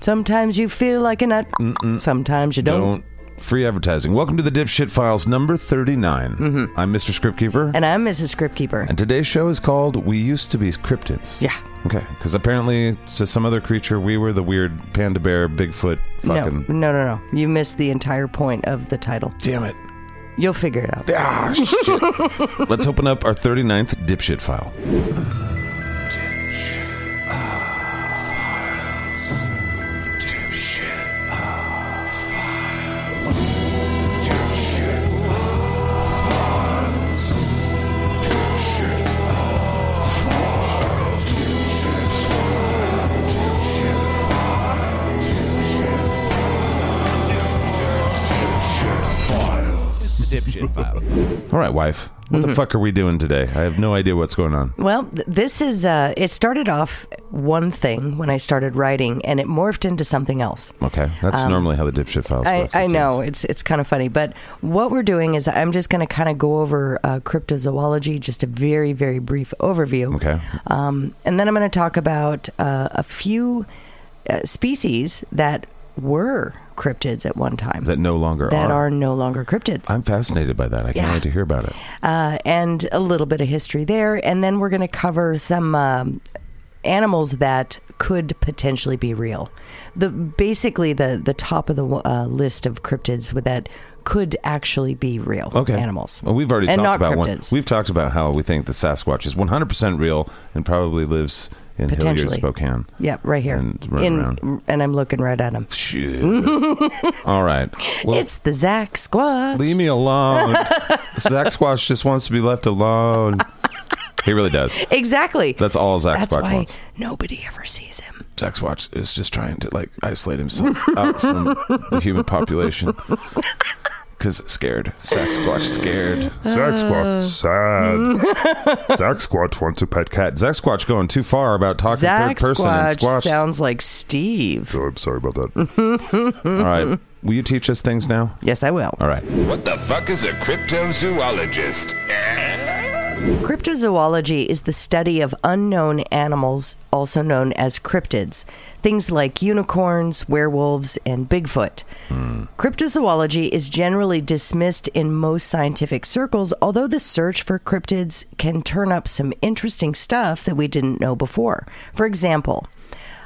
Sometimes you feel like a nut. Sometimes you don't. Mm. Don't. Free advertising. Welcome to the Dipshit Files number 39. Mm-hmm. I'm Mr. Scriptkeeper. And I'm Mrs. Scriptkeeper. And today's show is called We Used to Be Cryptids. Yeah. Okay. Because apparently, to some other creature, we were the weird panda bear, Bigfoot, No, fucking. no, no, no. You missed the entire point of the title. Damn it. You'll figure it out. Ah, shit. Let's open up our 39th Dipshit File. All right, wife. What Mm-hmm. the fuck are we doing today? I have no idea what's going on. Well, th- this is, uh, it started off one thing when I started writing, and it morphed into something else. Okay. That's normally how the Dipshit Files Um, I, works. it I know seems. it's it's kind of funny, but what we're doing is I'm just going to kind of go over uh, cryptozoology, just a very very brief overview. Okay. um, and then I'm going to talk about uh, a few uh, species that were cryptids at one time That no longer that are. are no longer cryptids, I'm fascinated by that. I can't Yeah. wait to hear about it. uh, and a little bit of history there, and then we're going to cover some um, animals that could potentially be real. The basically the the top of the uh, list of cryptids with that could actually be real Okay. animals. Well, we've already and talked not about one. cryptids. We've talked about how we think the Sasquatch is 100% real and probably lives in Hilliard, Potentially. Spokane. yeah, right here. And run around. and I'm looking right at him. Shit. All right. Well, it's the Zach Squad. leave me alone. Zach Squatch just wants to be left alone. He really does. Exactly. That's all Zach That's Squatch why wants. nobody ever sees him. Zach Squatch is just trying to like isolate himself out from the human population. Cause scared. Zach Squatch scared. Zack Squatch sad. Zack Squatch wants a pet cat. Zach Squatch going too far about talking Zach third person Squatch and Squatch. sounds like Steve. So Oh, I'm sorry about that. all right. Will you teach us things now? Yes, I will. All right. What the fuck is a cryptozoologist? Cryptozoology is the study of unknown animals, also known as cryptids, things like unicorns, werewolves, and Bigfoot. Hmm. Cryptozoology is generally dismissed in most scientific circles, although the search for cryptids can turn up some interesting stuff that we didn't know before. For example,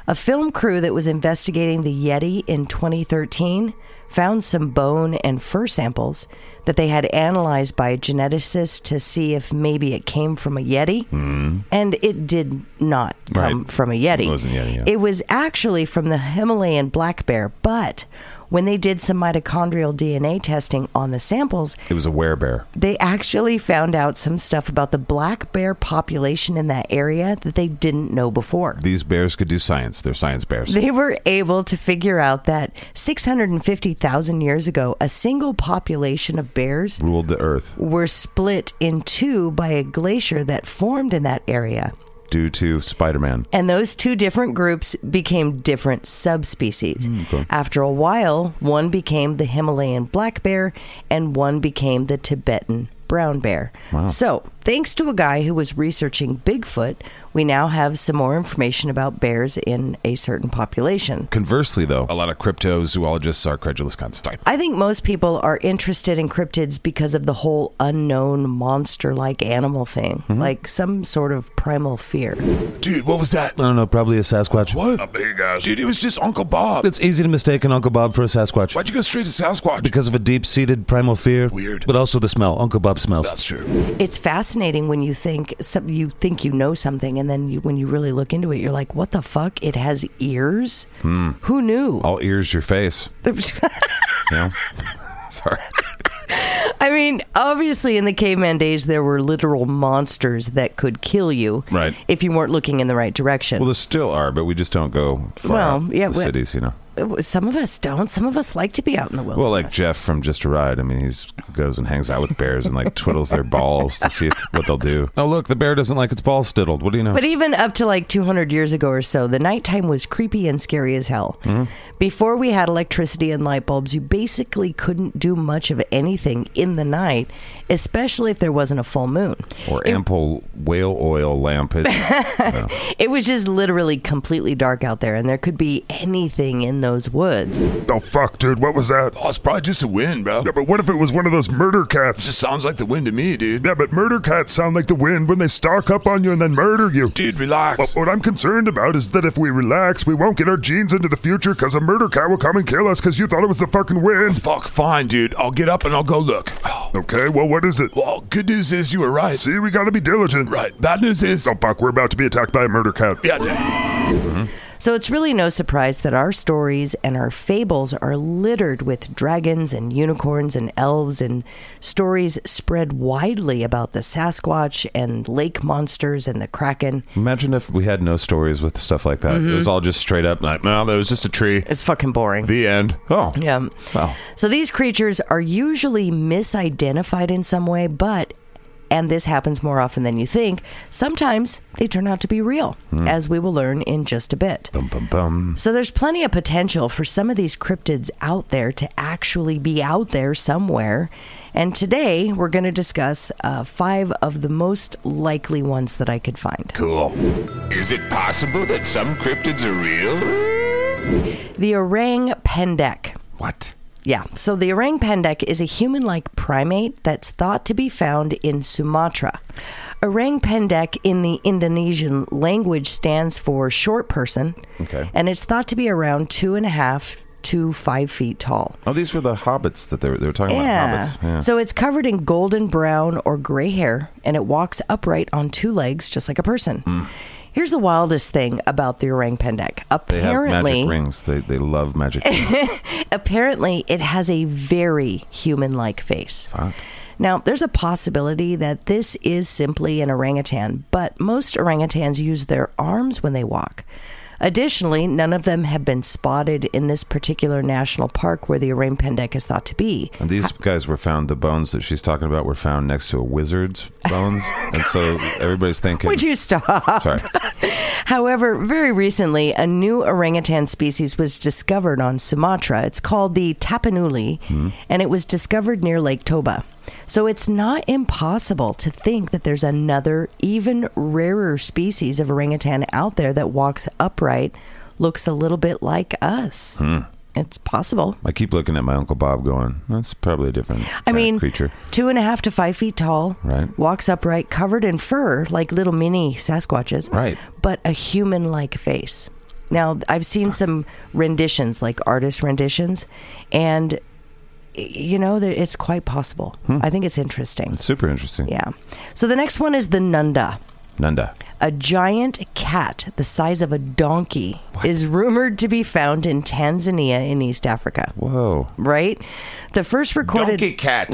a film crew that was investigating the Yeti in 2013 found some bone and fur samples that they had analyzed by a geneticist to see if maybe it came from a Yeti. Mm. And it did not come Hmm. Right. from a Yeti. It wasn't Yeti, yeah. It was actually from the Himalayan black bear, but when they did some mitochondrial DNA testing on the samples, It was a werebear. they actually found out some stuff about the black bear population in that area that they didn't know before. These bears could do science. They're science bears. They were able to figure out that 650,000 years ago, a single population of bears Ruled the earth were split in two by a glacier that formed in that area. due to Spider Man. And those two different groups became different subspecies. After a while, one became the Himalayan black bear and one became the Tibetan brown bear. So, thanks to a guy who was researching Bigfoot, we now have some more information about bears in a certain population. Conversely, though, a lot of cryptozoologists are credulous cunts. I think most people are interested in cryptids because of the whole unknown monster like animal thing, Mm-hmm. like some sort of primal fear. Dude, what was that? I don't know. Probably a Sasquatch. What? Big ass. Dude, it was just Uncle Bob. It's easy to mistake an Uncle Bob for a Sasquatch. Why'd you go straight to Sasquatch? Because of a deep seated primal fear. Weird. But also the smell. Uncle Bob smells. That's true. It's fascinating when you think some, you think you know something, and then you, when you really look into it, you're like, "What the fuck? It has ears? Hmm. Who knew?" All ears, your face. You know? Oh. Sorry. I mean, obviously, in the caveman days, there were literal monsters that could kill you Right. if you weren't looking in the right direction. Well, there still are, but we just don't go far Well, out yeah, the we- cities, you know. some of us don't. Some of us like to be out in the wilderness. Well, like Jeff from Just a Ride. I mean, he's goes and hangs out with bears and like twiddles their balls to see if, what they'll do. Oh, look, the bear doesn't like its balls diddled. What do you know? But even up to like 200 years ago or so, the nighttime was creepy and scary as hell. Before we had electricity and light bulbs, you basically couldn't do much of anything in the night, especially if there wasn't a full moon. or ample whale oil lamp. It- no. It was just literally completely dark out there, and there could be anything in those woods. Oh, fuck, dude, what was that? Oh, it's probably just the wind, bro. Yeah, but what if it was one of those murder cats? Just sounds like the wind to me, dude. Yeah, but murder cats sound like the wind when they stalk up on you and then murder you. Dude, relax. What I'm concerned about is that if we relax, we won't get our genes into the future because a murder cat will come and kill us because you thought it was the fucking wind. Fuck, fine, dude. I'll get up and I'll go look. Okay, well, what is it? Well, good news is you were right. See, we gotta be diligent. Right. Bad news is. Oh, fuck, we're about to be attacked by a murder cat. Yeah, dude. So it's really no surprise that our stories and our fables are littered with dragons and unicorns and elves and stories spread widely about the Sasquatch and lake monsters and the Kraken. Imagine if we had no stories with stuff like that. It was Mm-hmm. all just straight up like, no, there was just a tree. It's fucking boring. The end. Oh, Yeah. Wow. So these creatures are usually misidentified in some way, but and this happens more often than you think, sometimes they turn out to be real, as we will learn in just a bit. Bum, bum, bum. So there's plenty of potential for some of these cryptids out there to actually be out there somewhere. And today we're going to discuss uh, five of the most likely ones that I could find. Cool. Is it possible that some cryptids are real? The orang pendek. What? Yeah. So the orang pendek is a human like primate that's thought to be found in Sumatra. Orang pendek in the Indonesian language stands for short person. Okay. And it's thought to be around two and a half to five feet tall. Oh, these were the hobbits that they were, they were talking about. Hobbits. Yeah. So it's covered in golden brown or gray hair, and it walks upright on two legs, just like a person. Here's the wildest thing about the orang pendek. Mm. they have Apparently, magic rings. They, they love magic rings. apparently it has a very human-like face. Now, there's a possibility that this is simply an orangutan, but most orangutans use their arms when they walk. Additionally, none of them have been spotted in this particular national park where the orang pendek is thought to be. And these guys were found, the bones that she's talking about were found next to a wizard's bones. and so everybody's thinking. Would you stop? Sorry. However, very recently, a new orangutan species was discovered on Sumatra. It's called the tapanuli, and it was discovered near Lake Toba. So it's not impossible to think that there's another, even rarer species of orangutan out there that walks upright, looks a little bit like us. It's possible. I keep looking at my Uncle Bob going, that's probably a different I uh, mean, creature. two and a half to five feet tall, Right. walks upright, covered in fur like little mini Sasquatches, Right. but a human like face. Now, I've seen some renditions, like artist renditions, and y- you know, there- it's quite possible. Hmm. I think it's interesting. It's super interesting. Yeah. So the next one is the Nunda. Nanda. A giant cat the size of a donkey is rumored to be found in Tanzania in East Africa, Whoa. right? The first recorded Donkey cat.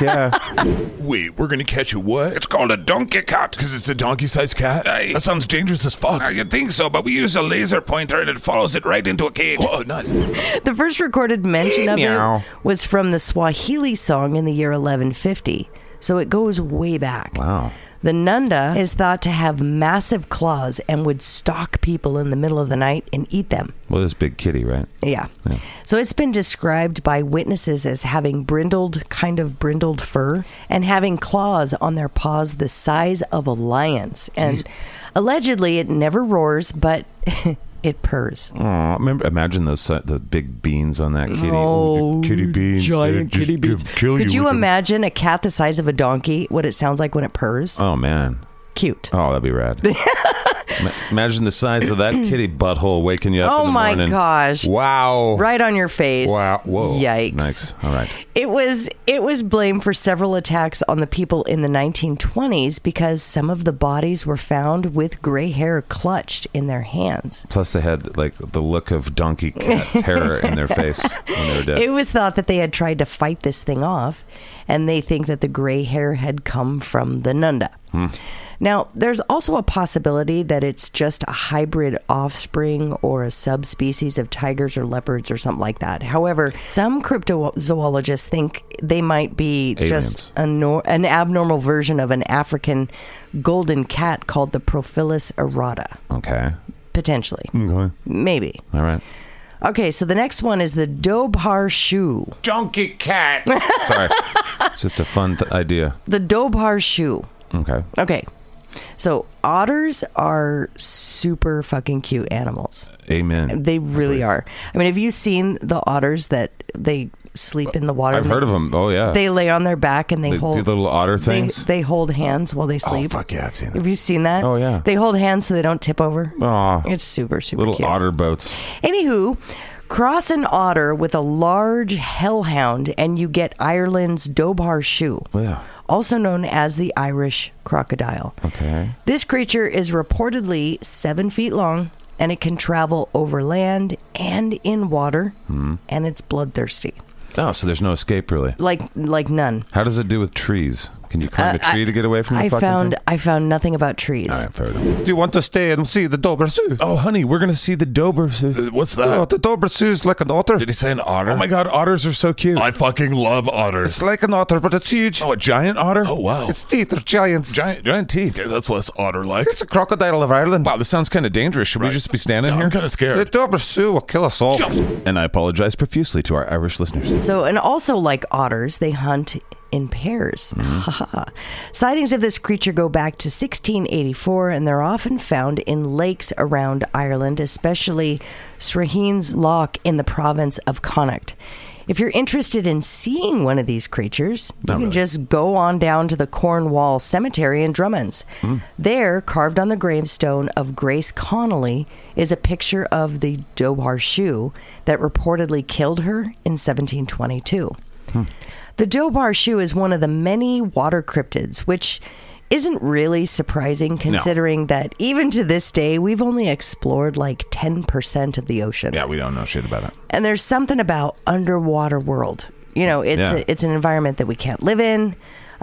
yeah. Wait, we're gonna catch a what? it's called a donkey cat. Because it's a donkey sized cat? Aye. That sounds dangerous as fuck. Uh, you'd think so, but we use a laser pointer and it follows it right into a cage. Whoa, nice. Uh, The first recorded mention of Meow. it was from the Swahili song in the year 1150. So it goes way back. Wow. The Nunda is thought to have massive claws and would stalk people in the middle of the night and eat them. Well, this big kitty, right? Yeah. So it's been described by witnesses as having brindled, kind of brindled fur, and having claws on their paws the size of a lion's. And allegedly, it never roars, but it purs. Aw, remember, imagine those si- the big beans on that kitty. Oh, kitty beans. giant They'd kitty just beans. kill Could you with them. imagine a cat the size of a donkey? What it sounds like when it purrs? Oh man. Cute. Oh, that'd be rad. Ma- imagine the size of that kitty butthole waking you up. Oh, in the my morning. gosh. Wow. Right on your face. Wow. Whoa. Yikes. Nice. All right. It was it was blamed for several attacks on the people in the 1920s because some of the bodies were found with gray hair clutched in their hands. Plus, they had like the look of donkey cat terror in their face when they were dead. It was thought that they had tried to fight this thing off and they think that the gray hair had come from the Nunda. Now, there's also a possibility that it's just a hybrid offspring or a subspecies of tigers or leopards or something like that. However, some cryptozoologists think they might be just a nor- an abnormal version of an African golden cat called the Prophyllus errata, Okay. potentially. Hmm. Maybe. All right. Okay, so the next one is the Dobhar shoe. Junkie cat. Sorry. It's just a fun th- idea. The Dobhar shoe. Okay. Okay. So otters are super fucking cute animals. Amen. They really are. I mean, have you seen the otters that they sleep in the water? I've heard of them. Oh yeah. They lay on their back and they, They do hold the little otter they- things? They, hold hands while they oh sleep. fuck yeah, I've seen them. Have you seen that? Oh, yeah. They hold hands so they don't tip over. Aw, It's super super little cute. otter boats. Anywho, cross an otter with a large hellhound and you get Ireland's Dobar shoe, Yeah. also known as the Irish crocodile. Okay. This creature is reportedly seven feet long and it can travel over land and in water Hmm. and it's bloodthirsty. Oh, so there's no escape really. Like like none. How does it do with trees? Can you climb Uh, a tree I- to get away from the I fucking found thing? I found nothing about trees. All right, fair enough. Do you want to stay and see the Dober Zoo? Oh, honey, we're gonna see the Dober. Uh, what's that? Oh, the Dober Zoo is like an otter. Did he say an otter? Oh my God, otters are so cute. I fucking love otters. It's like an otter, but it's huge. Oh, a giant otter? Oh, wow. Its teeth are giants. giant giant teeth. Okay, that's less otter like. It's a crocodile of Ireland. Wow, this sounds kind of dangerous. Should we just be standing I'm here? kind The of scared. Dober Zoo will kill us all. And I apologize profusely to our Irish listeners. So, and also like otters, they hunt in pairs. Sightings of this creature go back to 1684, and they're often found in lakes around Ireland, especially Sraheens Loch in the province of Connacht. If you're interested in seeing one of these creatures, you can just go on down to the Cornwall Cemetery in Drummonds. There, carved on the gravestone of Grace Connolly, is a picture of the Dobar shoe that reportedly killed her in 1722. The Dobar shoe is one of the many water cryptids, which isn't really surprising considering that even to this day we've only explored like 10% of the ocean Yeah, we don't know shit about it. and there's something about underwater world. You know, it's Yeah. a, it's an environment that we can't live in.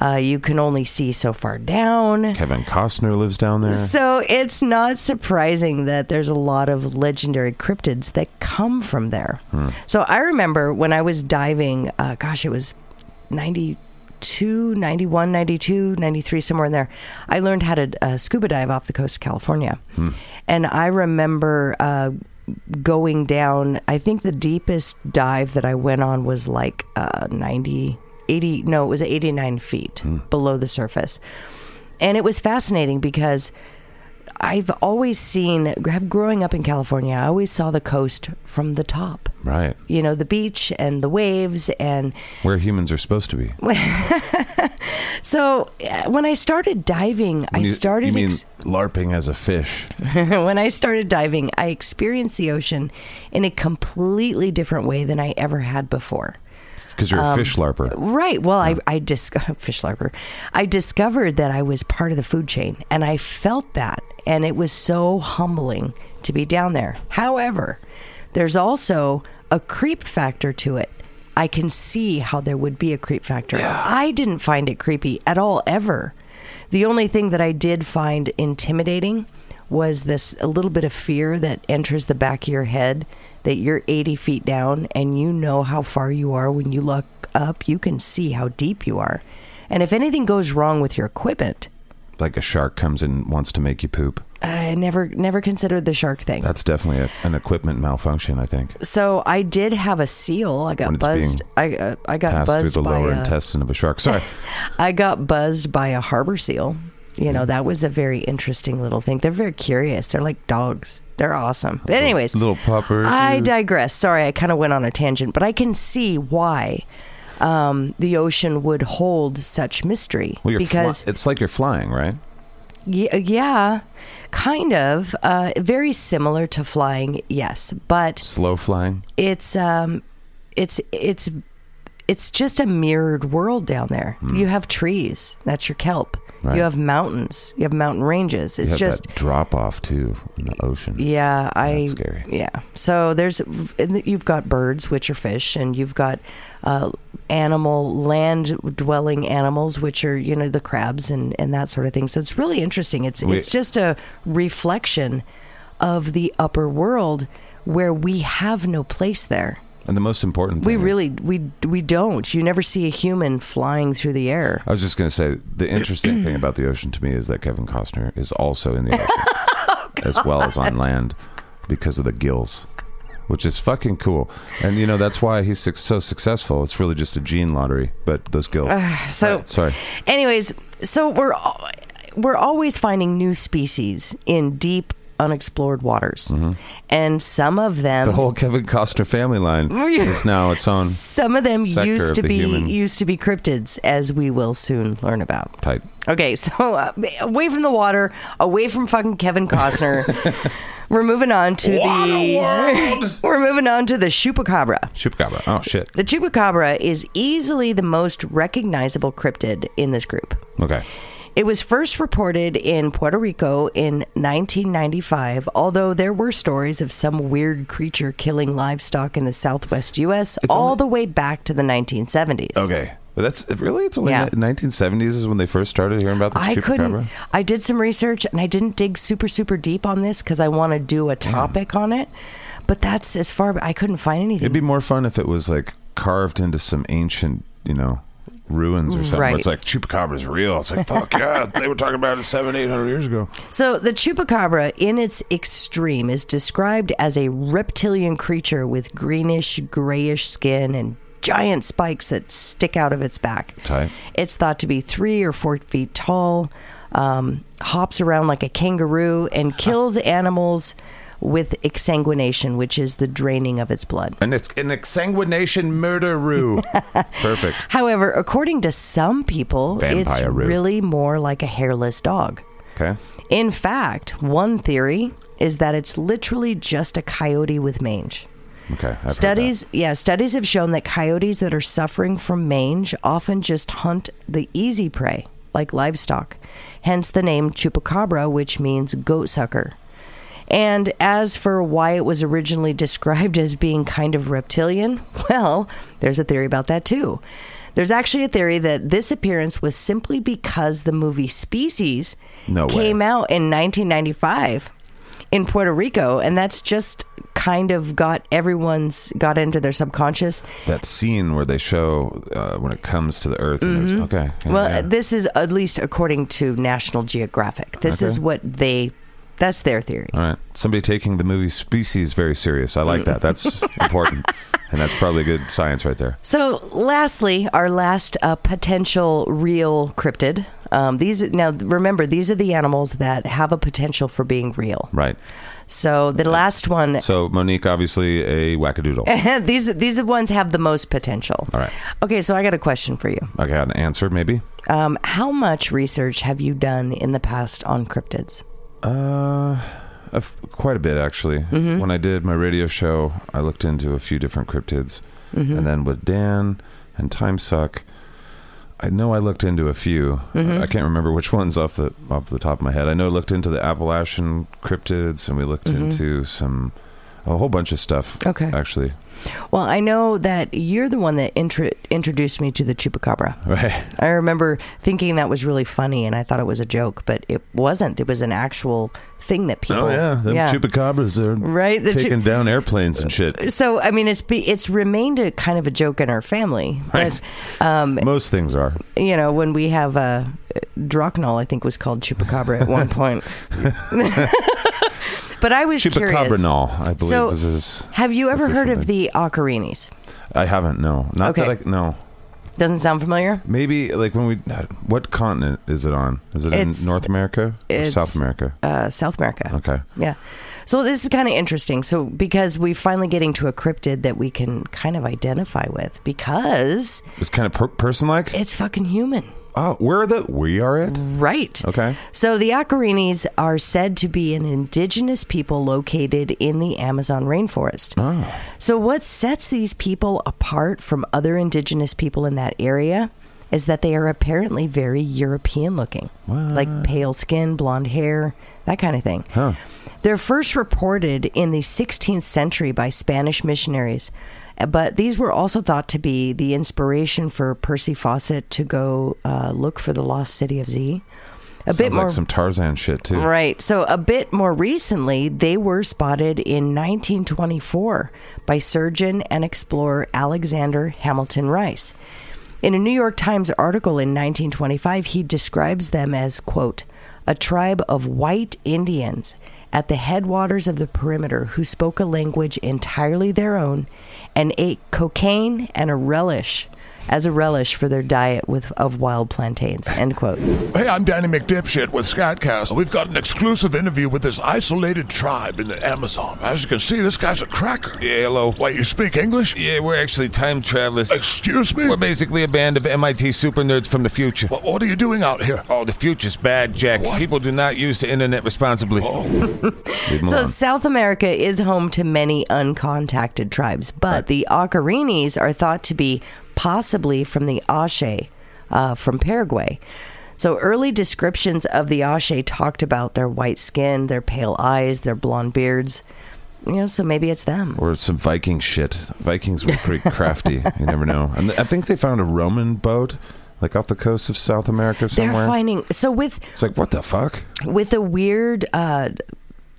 Uh, you can only see so far down. Kevin Costner lives down there. So it's not surprising that there's a lot of legendary cryptids that come from there. So I remember when I was diving, uh, gosh, it was 92, 91, 92, 93, somewhere in there. I learned how to uh, scuba dive off the coast of California. And I remember uh, going down, I think the deepest dive that I went on was like uh, 90, 80, no, it was 89 feet below the surface and it was fascinating because I've always seen growing up in California, I always saw the coast from the top. Right. You know, the beach and the waves and Where humans are supposed to be. so uh, when I started diving, I You- started You mean ex- LARPing as a fish? when I started diving, I experienced the ocean in a completely different way than I ever had before. Because Um, you're a fish LARPer. Right. Well, I I dis- fish larper. I discovered that I was part of the food chain, and I felt that, and it was so humbling to be down there. However, there's also a creep factor to it. I can see how there would be a creep factor. I didn't find it creepy at all ever. The only thing that I did find intimidating was this a little bit of fear that enters the back of your head that you're 80 feet down and you know how far you are when you look up you can see how deep you are and if anything goes wrong with your equipment Like a shark comes in and wants to make you poop. i never never considered the shark thing That's definitely a, an equipment malfunction, I think. so i did have a seal i got When it's buzzed i uh, i got Passed through buzzed the by lower a- intestine of a shark. Sorry. I got buzzed by a harbor seal. You Mm. know, that was a very interesting little thing. They're very curious. They're like dogs. They're awesome. But anyways, little puppers. I digress. Sorry, I kind of went on a tangent, but I can see why um, the ocean would hold such mystery Well, you're fly- because it's like you're flying, right? yeah, yeah, kind of uh, very similar to flying, yes, but Slow flying. it's um it's it's it's just a mirrored world down there. You have trees, that's your kelp. Hmm. Right. You have mountains. You have mountain ranges. It's You have just that drop off too in the ocean. yeah, I That's scary. yeah. So there's and th- you've got birds, which are fish, and you've got uh, animal land dwelling animals, which are you know the crabs and and that sort of thing. So it's really interesting. It's We- it's just a reflection of the upper world where we have no place there. And the most important We thing is- really we we don't. You never see a human flying through the air. I was just going to say the interesting thing about the ocean to me is that Kevin Costner is also in the ocean Oh, as well as on land because of the gills, which is fucking cool. And you know that's why he's suc- so successful. It's really just a gene lottery, but those gills. So Sorry. Anyways, so we're al- we're always finding new species in deep unexplored waters, and some of them. Mm-hmm. The whole Kevin Costner family line is now its own some of them sector used of to the be human- used to be cryptids, as we will soon learn about. type. Okay, so uh, away from the water, away from fucking Kevin Costner. we're moving on to the we're moving on to the chupacabra. Chupacabra. Oh shit. The chupacabra is easily the most recognizable cryptid in this group. Okay. It was first reported in Puerto Rico in 1995, although there were stories of some weird creature killing livestock in the southwest U.S. all the way back to the 1970s. Okay. But that's really it's only Yeah. ni- 1970s is when they first started hearing about the I chupacabra. couldn't. I did some research and I didn't dig super, super deep on this because I want to do a topic on it. But that's as far I couldn't find anything. It'd be more fun if it was like carved into some ancient, you know, ruins or something. where It's Right. like chupacabra's real. It's like fuck yeah, they were talking about it seven, eight hundred years ago. So the chupacabra, in its extreme, is described as a reptilian creature with greenish, grayish skin and giant spikes that stick out of its back. Tight. It's thought to be three or four feet tall, um, hops around like a kangaroo, and kills animals with exsanguination, which is the draining of its blood. And it's an exsanguination murderoo. Perfect. However, according to some people, it's Vampire root. really more like a hairless dog. Okay. In fact, one theory is that it's literally just a coyote with mange. Okay. I've heard Studies, yeah, studies have shown that coyotes that are suffering from mange often just hunt the easy prey, like livestock. Hence the name chupacabra, which means goat sucker. And as for why it was originally described as being kind of reptilian, well, there's a theory about that too. There's actually a theory that this appearance was simply because the movie Species No way. came out in 1995 in Puerto Rico, and that's just kind of got everyone's got into their subconscious. that. that scene where they show uh, when it comes to the earth. And there's, okay. yeah, Mm-hmm. Well, Oh, yeah. this is at least according to National Geographic. This is what they. That's their theory. All right. Somebody taking the movie Species very serious. I like that. That's important. And that's probably good science right there. So, lastly, our last uh, potential real cryptid. Um, these now remember these are the animals that have a potential for being real. Right. So the last one, So Monique, obviously a wackadoodle. these these ones have the most potential. All right. Okay, so I got a question for you. I got an answer, maybe. Um, how much research have you done in the past on cryptids? Uh, a f- quite a bit actually. Mm-hmm. When I did my radio show, I looked into a few different cryptids, Mm-hmm. and then with Dan and Time Suck, I know I looked into a few. Mm-hmm. I, I can't remember which ones off the off the top of my head. I know I looked into the Appalachian cryptids, and we looked into some a whole bunch of stuff. Mm-hmm. Okay. actually, Well, I know that you're the one that intro- introduced me to the chupacabra. right. I remember thinking that was really funny, and I thought it was a joke, but it wasn't. It was an actual thing that people. Oh yeah, the chupacabras are Right, the chu- Uh, taking down airplanes and shit. so I mean, it's be, it's remained a kind of a joke in our family. Right. But, um, Most things are. you know, when we have a uh, Drocnol, I think was called chupacabra at one point. but I was curious. Chupacabranol, I believe, So- is his. Have you ever heard of Official the ocarinis? I haven't. No, not that Okay. I no. Doesn't sound familiar. Maybe like when we. What continent is it on? Is it It's- in North America or it's- South America? Uh, South America. Okay. Yeah. So this is kind of interesting. So because we finally getting to a cryptid that we can kind of identify with because It's kind of per- person-like. it's fucking human. oh, we're the we are Mm. it. Right. Okay. So the Acarinis are said to be an indigenous people located in the Amazon rainforest. So what sets these people apart from other indigenous people in that area? is that they are apparently very European looking, like pale skin, blonde hair, that kind of thing. Huh. They're first reported in the 16th century by Spanish missionaries, but these were also thought to be the inspiration for Percy Fawcett to go uh, look for the lost city of Z. A bit Sounds more like some Tarzan shit too. Right. So a bit more recently, they were spotted in 1924 by surgeon and explorer Alexander Hamilton Rice. In a New York Times article in 1925, he describes them as, quote, a tribe of white Indians at the headwaters of the perimeter who spoke a language entirely their own and ate cocaine and a relish as a relish for their diet with of wild plantains, end quote. Hey, I'm Danny McDipshit with Scatcast. We've got an exclusive interview with this isolated tribe in the Amazon. As you can see, this guy's a cracker. Yeah, hello. Wait, you speak English? Yeah, we're actually time travelers. Excuse me? We're basically a band of MIT super nerds from the future. What, what are you doing out here? Oh, the future's bad, Jack. People do not use the internet responsibly. Oh. Leave him So alone. South America is home to many uncontacted tribes, but the Ocarinis are thought to be possibly from the Ashe uh, from Paraguay. So early descriptions of the Ashe talked about their white skin, their pale eyes, their blonde beards. You know, so maybe it's them. Or some Viking shit. Vikings were pretty crafty. You never know. And I think they found a Roman boat, like off the coast of South America somewhere. They're finding so with It's like what the fuck? with the weird uh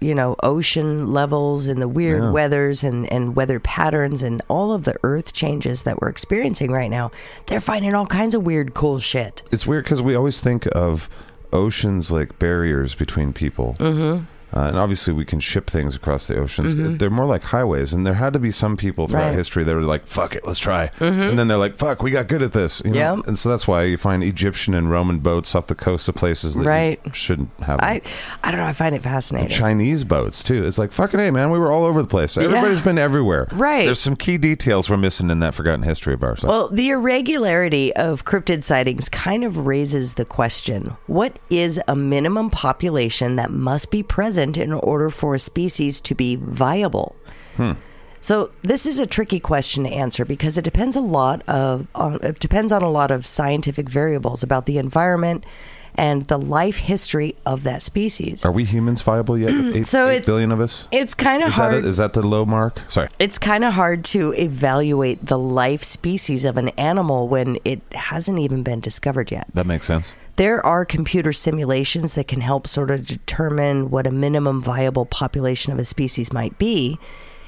you know ocean levels and the weird Yeah. weathers and and weather patterns and all of the earth changes that we're experiencing right now they're finding all kinds of weird cool shit It's weird because we always think of oceans like barriers between people. Mm-hmm. Uh, and obviously, we can ship things across the oceans. They're more like highways, and there had to be some people throughout Mm-hmm. Right. Mm-hmm. history that were like, "Fuck it, let's try," and then they're like, "Fuck, we got good at this." You know? Yep. And so that's why you find Egyptian and Roman boats off the coast of places that you Right. shouldn't have. i them. i don't know i find it fascinating Chinese boats too. It's like fucking hey, man. We were all over the place. Everybody's been everywhere. Right. There's some key details we're missing in that forgotten history of ours. Well, the irregularity of cryptid sightings kind of raises the question what is a minimum population that must be present in order for a species to be viable? Hmm. So this is a tricky question to answer because it depends a lot of on, it depends on a lot of scientific variables about the environment and the life history of that species. Are we humans viable yet? with Eight, So eight it's- billion of us. It's kind of Is that, hard. it? Is that the low mark? Sorry. it's kind of hard to evaluate the life species of an animal when it hasn't even been discovered yet. That makes sense. There are computer simulations that can help sort of determine what a minimum viable population of a species might be.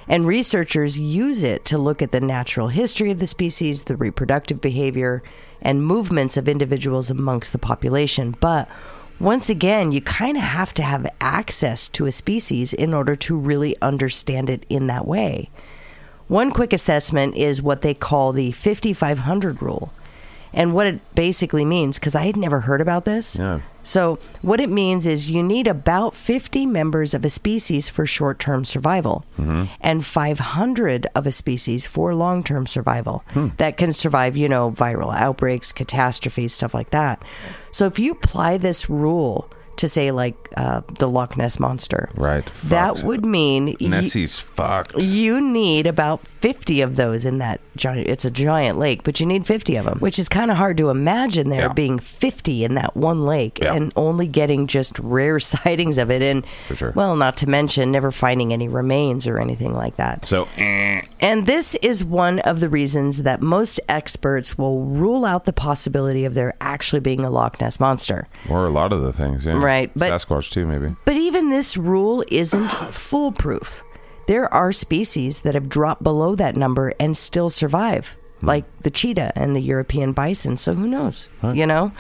And researchers use it to look at the natural history of the species, the reproductive behavior, and movements of individuals amongst the population. But once again, you kind of have to have access to a species in order to really understand it in that way. One quick assessment is what they call the 5500 rule. And what it basically means, because I had never heard about this. Yeah. So, what it means is you need about 50 members of a species for short term survival Mm-hmm. and 500 of a species for long term survival Hmm. that can survive, you know, viral outbreaks, catastrophes, stuff like that. So, if you apply this rule to, say, like uh, the Loch Ness Monster, Right. that Fucked. would mean y- Nessie's fucked. you need about 50 of those in that giant it's a giant lake but you need 50 of them which is kind of hard to imagine there Yeah. being 50 in that one lake Yeah. and only getting just rare sightings of it and For sure. well not to mention never finding any remains or anything like that So, eh, and this is one of the reasons that most experts will rule out the possibility of there actually being a Loch Ness monster or a lot of the things, yeah. Right, but- Sasquatch too, maybe. but even this rule isn't foolproof. There are species that have dropped below that number and still survive, like the cheetah and the European bison. So who knows? You know?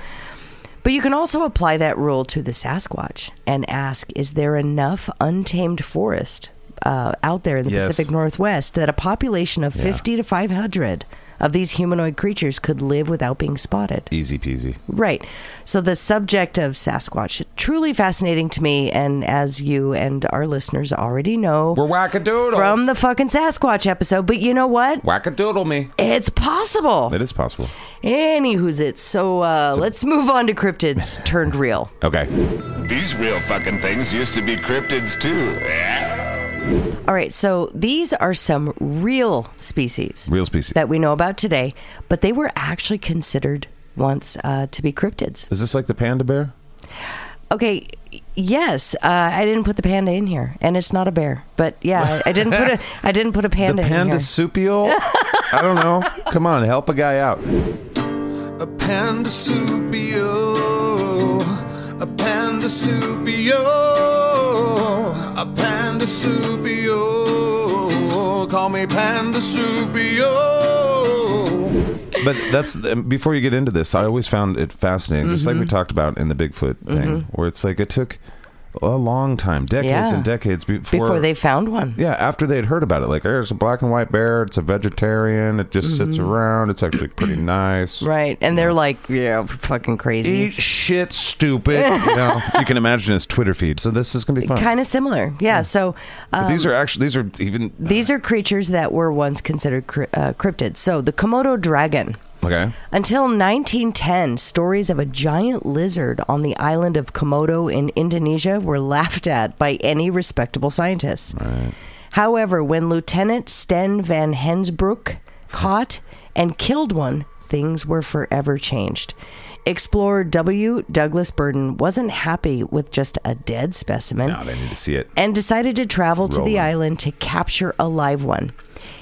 But you can also apply that rule to the Sasquatch and ask is there enough untamed forest uh, out there in the Yes. Pacific Northwest that a population of 50 to 500 of these humanoid creatures could live without being spotted? Easy peasy. Right. So the subject of Sasquatch truly fascinating to me, and as you and our listeners already know, We're wackadoodles. from the fucking Sasquatch episode. But you know what? wackadoodle me. It's possible. It is possible. Anywho's it. So uh, let's move on to cryptids turned real. Okay. These real fucking things used to be cryptids, too. All right. So these are some real species Real species. that we know about today, but they were actually considered wants uh, to be cryptids. Is this like the panda bear? Okay, yes, uh, I didn't put the panda in here, and it's not a bear, but yeah, I, I didn't put a I didn't put a panda. the in panda here. supial? I don't know. Come on, help a guy out. A pandasubio, a pandasubio, a pandasubio. Call me pandasubio. But that's before you get into this. I always found it fascinating, just Mm-hmm. like we talked about in the Bigfoot thing, where it's like it took a long time, decades Yeah. and decades before, before they found one. Yeah, after they had heard about it, like there's a black and white bear. It's a vegetarian. It just sits around. It's actually pretty nice. Mm-hmm. Right, and they're like, yeah, fucking crazy. Eat shit, stupid. you, know, you can imagine his Twitter feed. So this is gonna be fun. Kind of similar, yeah. So But um, these are actually these are even these are creatures that were once considered cr- uh, cryptids. So the Komodo dragon. okay. Until 1910, stories of a giant lizard on the island of Komodo in Indonesia were laughed at by any respectable scientists. However, when Lieutenant Sten van Hensbroek caught and killed one, things were forever changed. Explorer W. Douglas Burden wasn't happy with just a dead specimen Now they need to see it. and decided to travel to Rolling. the island to capture a live one.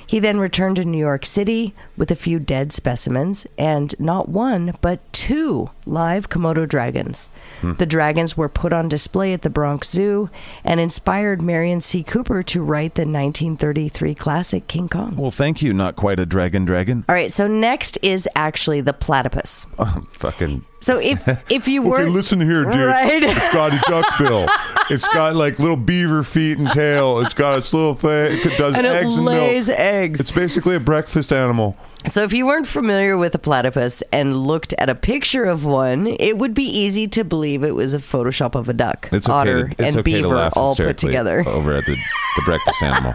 He then returned to New York City with a few dead specimens and not one, but two live Komodo dragons. Hmm. The dragons were put on display at the Bronx Zoo and inspired Marion C. Cooper to write the 1933 classic King Kong. Well, thank you. Not quite a dragon, dragon. All right, so next is actually the platypus. Oh, fucking So if if you were Okay, listen here, dude. Right. It's got a duck bill. It's got like little beaver feet and tail. It's got its little thing. It does and it eggs and lays milk. eggs. It's basically a breakfast animal. So, if you weren't familiar with a platypus and looked at a picture of one, it would be easy to believe it was a Photoshop of a duck, It's okay otter, to, it's and okay to beaver laugh all put hysterically Oh, together. over at the, the breakfast animal.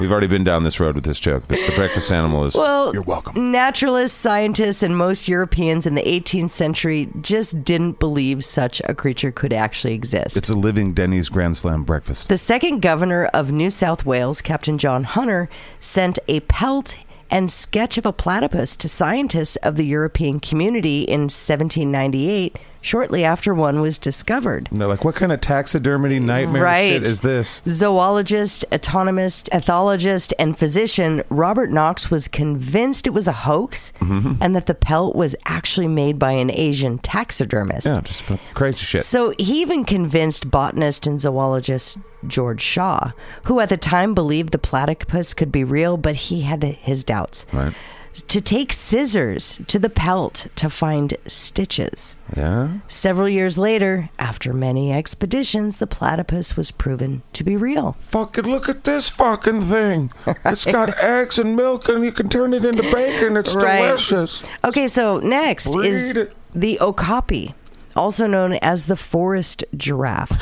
We've already been down this road with this joke, but the breakfast animal is Well, You're welcome. Naturalists, scientists, and most Europeans in the 18th century just didn't believe such a creature could actually exist. it's a living Denny's Grand Slam breakfast. The second governor of New South Wales, Captain John Hunter, sent a pelt and sketch of a platypus to scientists of the European community in 1798, shortly after one was discovered. And they're like, what kind of taxidermy nightmare Right. shit is this? Zoologist, autonomist, ethologist, and physician Robert Knox was convinced it was a hoax Mm-hmm. and that the pelt was actually made by an Asian taxidermist. Yeah, just fuck- crazy shit. So he even convinced botanist and zoologist George Shaw, who at the time believed the platypus could be real, but he had his doubts, Right. to take scissors to the pelt to find stitches. Yeah. Several years later, after many expeditions, the platypus was proven to be real. Fucking look at this fucking thing. It's got eggs and milk, and you can turn it into bacon. It's Right. delicious. Okay, so next Breed is it. the okapi, also known as the forest giraffe.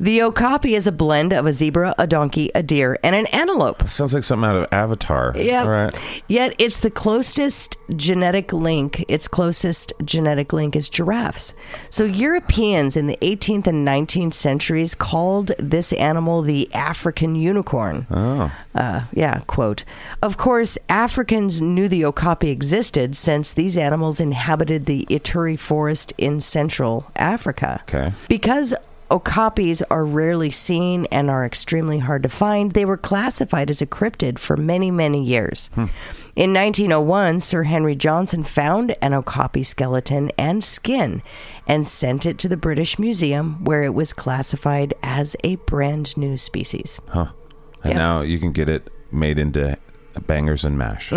The okapi is a blend of a zebra, a donkey, a deer, and an antelope. Sounds like something out of Avatar. Yeah. Right. Yet it's the closest genetic link. Its closest genetic link is giraffes. So Europeans in the 18th and 19th centuries called this animal the African unicorn. Oh. Uh, yeah, quote. Of course, Africans knew the okapi existed since these animals inhabited the Ituri forest in central Africa. Okay. Because okapis are rarely seen and are extremely hard to find, they were classified as a cryptid for many, many years. Hmm. In 1901, Sir Henry Johnson found an okapi skeleton and skin and sent it to the British Museum, where it was classified as a brand new species. And Yeah. now you can get it made into bangers and mash.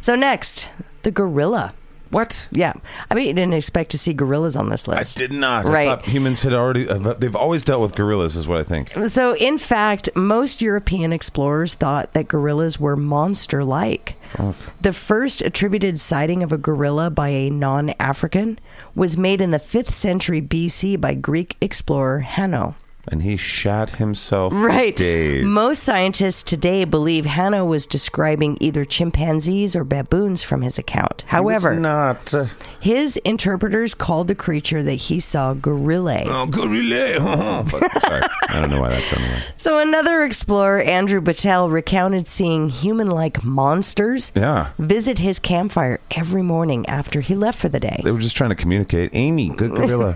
So, next, the gorilla. what? Yeah. I mean, you didn't expect to see gorillas on this I list. did not. I Right. thought humans had already, uh, they've always dealt with gorillas, is what I think. So, in fact, most European explorers thought that gorillas were monster like. The first attributed sighting of a gorilla by a non African was made in the 5th century BC by Greek explorer Hanno. And he shot himself. Right. Days. Most scientists today believe Hanno was describing either chimpanzees or baboons from his account. However, It's not. uh, his interpreters called the creature that he saw gorillae. Oh, good relay. Sorry. I don't know why that sounded like. So another explorer, Andrew Battelle, recounted seeing human-like monsters Yeah. visit his campfire every morning after he left for the day. They were just trying to communicate. Amy, good gorilla.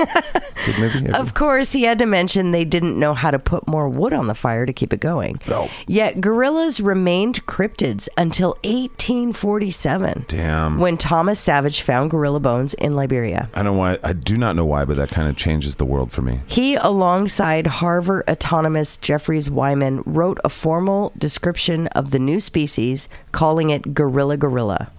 good movie. Ever. Of course, he had to mention they didn't know how to put more wood on the fire to keep it going. Yet gorillas remained cryptids until 1847. Damn. When Thomas Savage found gorilla bones in Liberia. I don't know why. I do not know why, but that kind of changes the world for me. He, alongside Harvard autonomist Jeffries Wyman, wrote a formal description of the new species, calling it Gorilla Gorilla.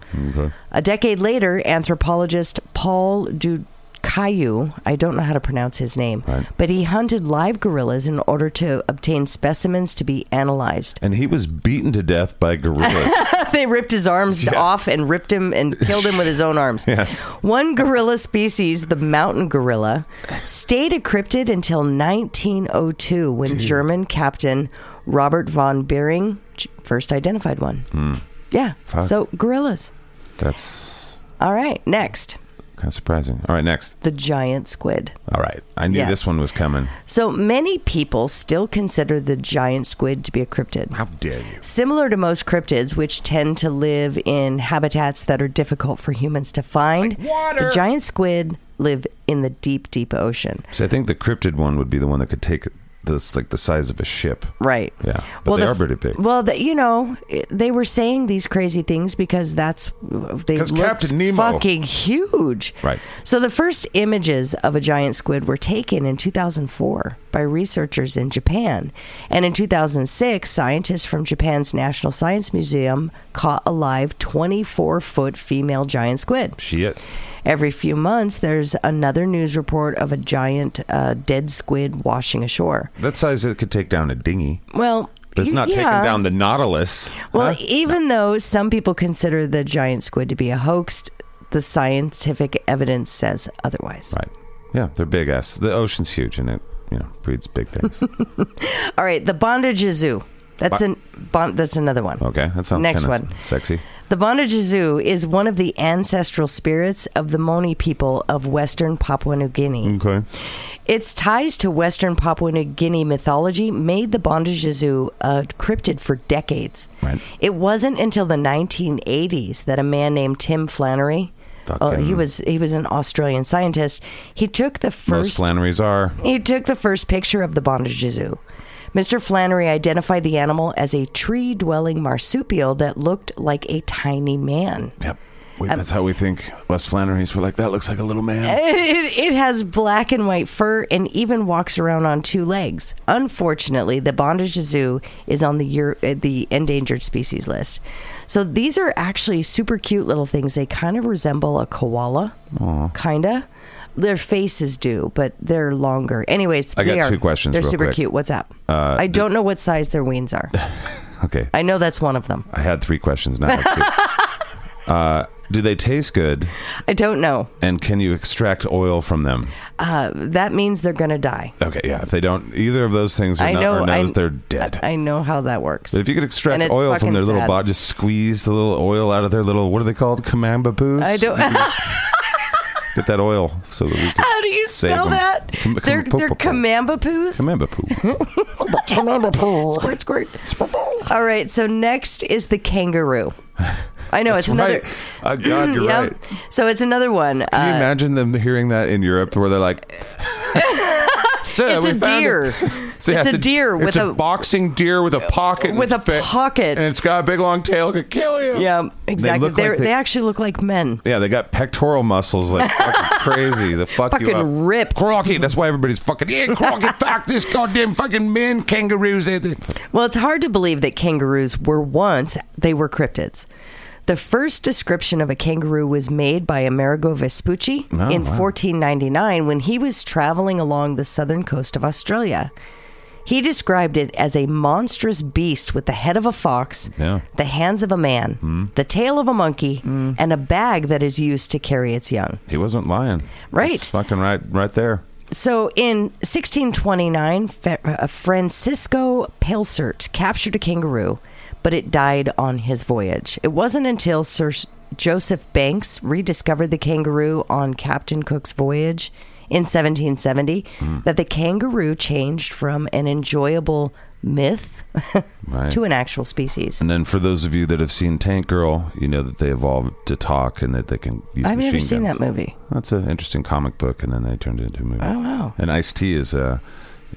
A decade later, anthropologist Paul Ducayu, I don't know how to pronounce his name, Right. but he hunted live gorillas in order to obtain specimens to be analyzed. And he was beaten to death by gorillas. they ripped his arms off and ripped him and killed him with his own arms. Yes. One gorilla species, the mountain gorilla, stayed a cryptid until 1902 when German captain Robert von Behring j- first identified one. Yeah. Hmm. Fuck. So gorillas. That's All right. Next, kind of surprising. All right, next. the giant squid. All right. I knew Yes. this one was coming. So many people still consider the giant squid to be a cryptid. How dare you? Similar to most cryptids, which tend to live in habitats that are difficult for humans to find, the giant squid live in the deep, deep ocean. So I think the cryptid one would be the one that could take this like the size of a ship. Right. Yeah, but they the are f- pretty big. Well, the, you know, it- they were saying these crazy things because that's they looked Captain Nemo- fucking huge. Right. So the first images of a giant squid were taken in 2004 by researchers in Japan, and in 2006, scientists from Japan's National Science Museum caught a live 24-foot female giant squid. Shit. Every few months, there's another news report of a giant uh, dead squid washing ashore. That size it could take down a dinghy. Well. But it's you- not yeah. taking down the Nautilus. Well, huh? even though some people consider the giant squid to be a hoax, the scientific evidence says otherwise. Right. Yeah, they're big ass. The ocean's huge and it, you know, breeds big things. All right, the bondage zoo. That's Ba- an bond, that's another one. Okay, that sounds Next kind one. of sexy. The bondage zoo is one of the ancestral spirits of the Moni people of western Papua New Guinea. Okay. Its ties to Western Papua New Guinea mythology made the Bondage Zoo a cryptid for decades. Right. It wasn't until the 1980s that a man named Tim Flannery, oh, he Fucking- was he was an Australian scientist, he took the Most first Flannerys are. he took the first picture of the Bondage Zoo. Mr. Flannery identified the animal as a tree-dwelling marsupial that looked like a tiny man. Yep. We, Um, that's how we think. West Flannerys were like, that looks like a little man. It, it has black and white fur and even walks around on two legs. Unfortunately, the Bondage Zoo is on the Euro, uh, the endangered species list. So these are actually super cute little things. They kind of resemble a koala, kinda. Their faces do, but they're longer. Anyways, I they got are, two questions They're real super quick. Uh, cute. What's up? I don't know what size their wings are. Okay. I, I know that's one of them. had three questions now. I have two. uh, do they taste good? I don't know. And can you extract oil from them? Uh, that means they're gonna die. Okay, yeah. If they don't, either of those things are I not, know. or I- knows, they're dead. I know how that works. But if you could And extract it's oil from fucking their little sad. body, just squeeze the little oil out of their little, what are they called? Kamambapoos? I don't. Get that oil so that we can. How do you Save spell them. that? Com- com- they're poo- they're poo- poo. camambapoos. Kamambapoo. squirt, squirt. All right. So next is the kangaroo. I know it's another. right. Uh, God, you're Yep. right. So it's another one. Can you Uh, imagine them hearing that in Europe where they're like, "Sir, it's we a found deer. So you it's have a to- deer It's with a, a. boxing deer with a pocket. With and a pocket. And it's got a big long tail. It could kill you. yeah, exactly. look They like they they- actually look like men. Yeah, they got pectoral muscles like fucking crazy. The fuck you up. Fucking ripped. Crocky. That's why everybody's fucking, yeah, Crocky, fuck this goddamn fucking man kangaroos. out there." Well, it's hard to believe that kangaroos were once they were cryptids. The first description of a kangaroo was made by Amerigo Vespucci in 1499 when he was traveling along the southern coast of Australia. He described it as a monstrous beast with the head of a fox, Yeah. the hands of a man, the tail of a monkey, and a bag that is used to carry its young. He wasn't lying. Right. That's fucking right, right there. So in 1629, Fe- uh, Francisco Palsert captured a kangaroo, but it died on his voyage. It wasn't until Sir S- Joseph Banks rediscovered the kangaroo on Captain Cook's voyage Hmm. in 1770 that the kangaroo changed from an enjoyable myth Right. to an actual species. And then for those of you that have seen Tank Girl, you know that they evolved to talk and that they can use I've machine never seen guns. that movie. That's an interesting comic book, and then they turned it into a movie. Oh wow! And Ice T is uh,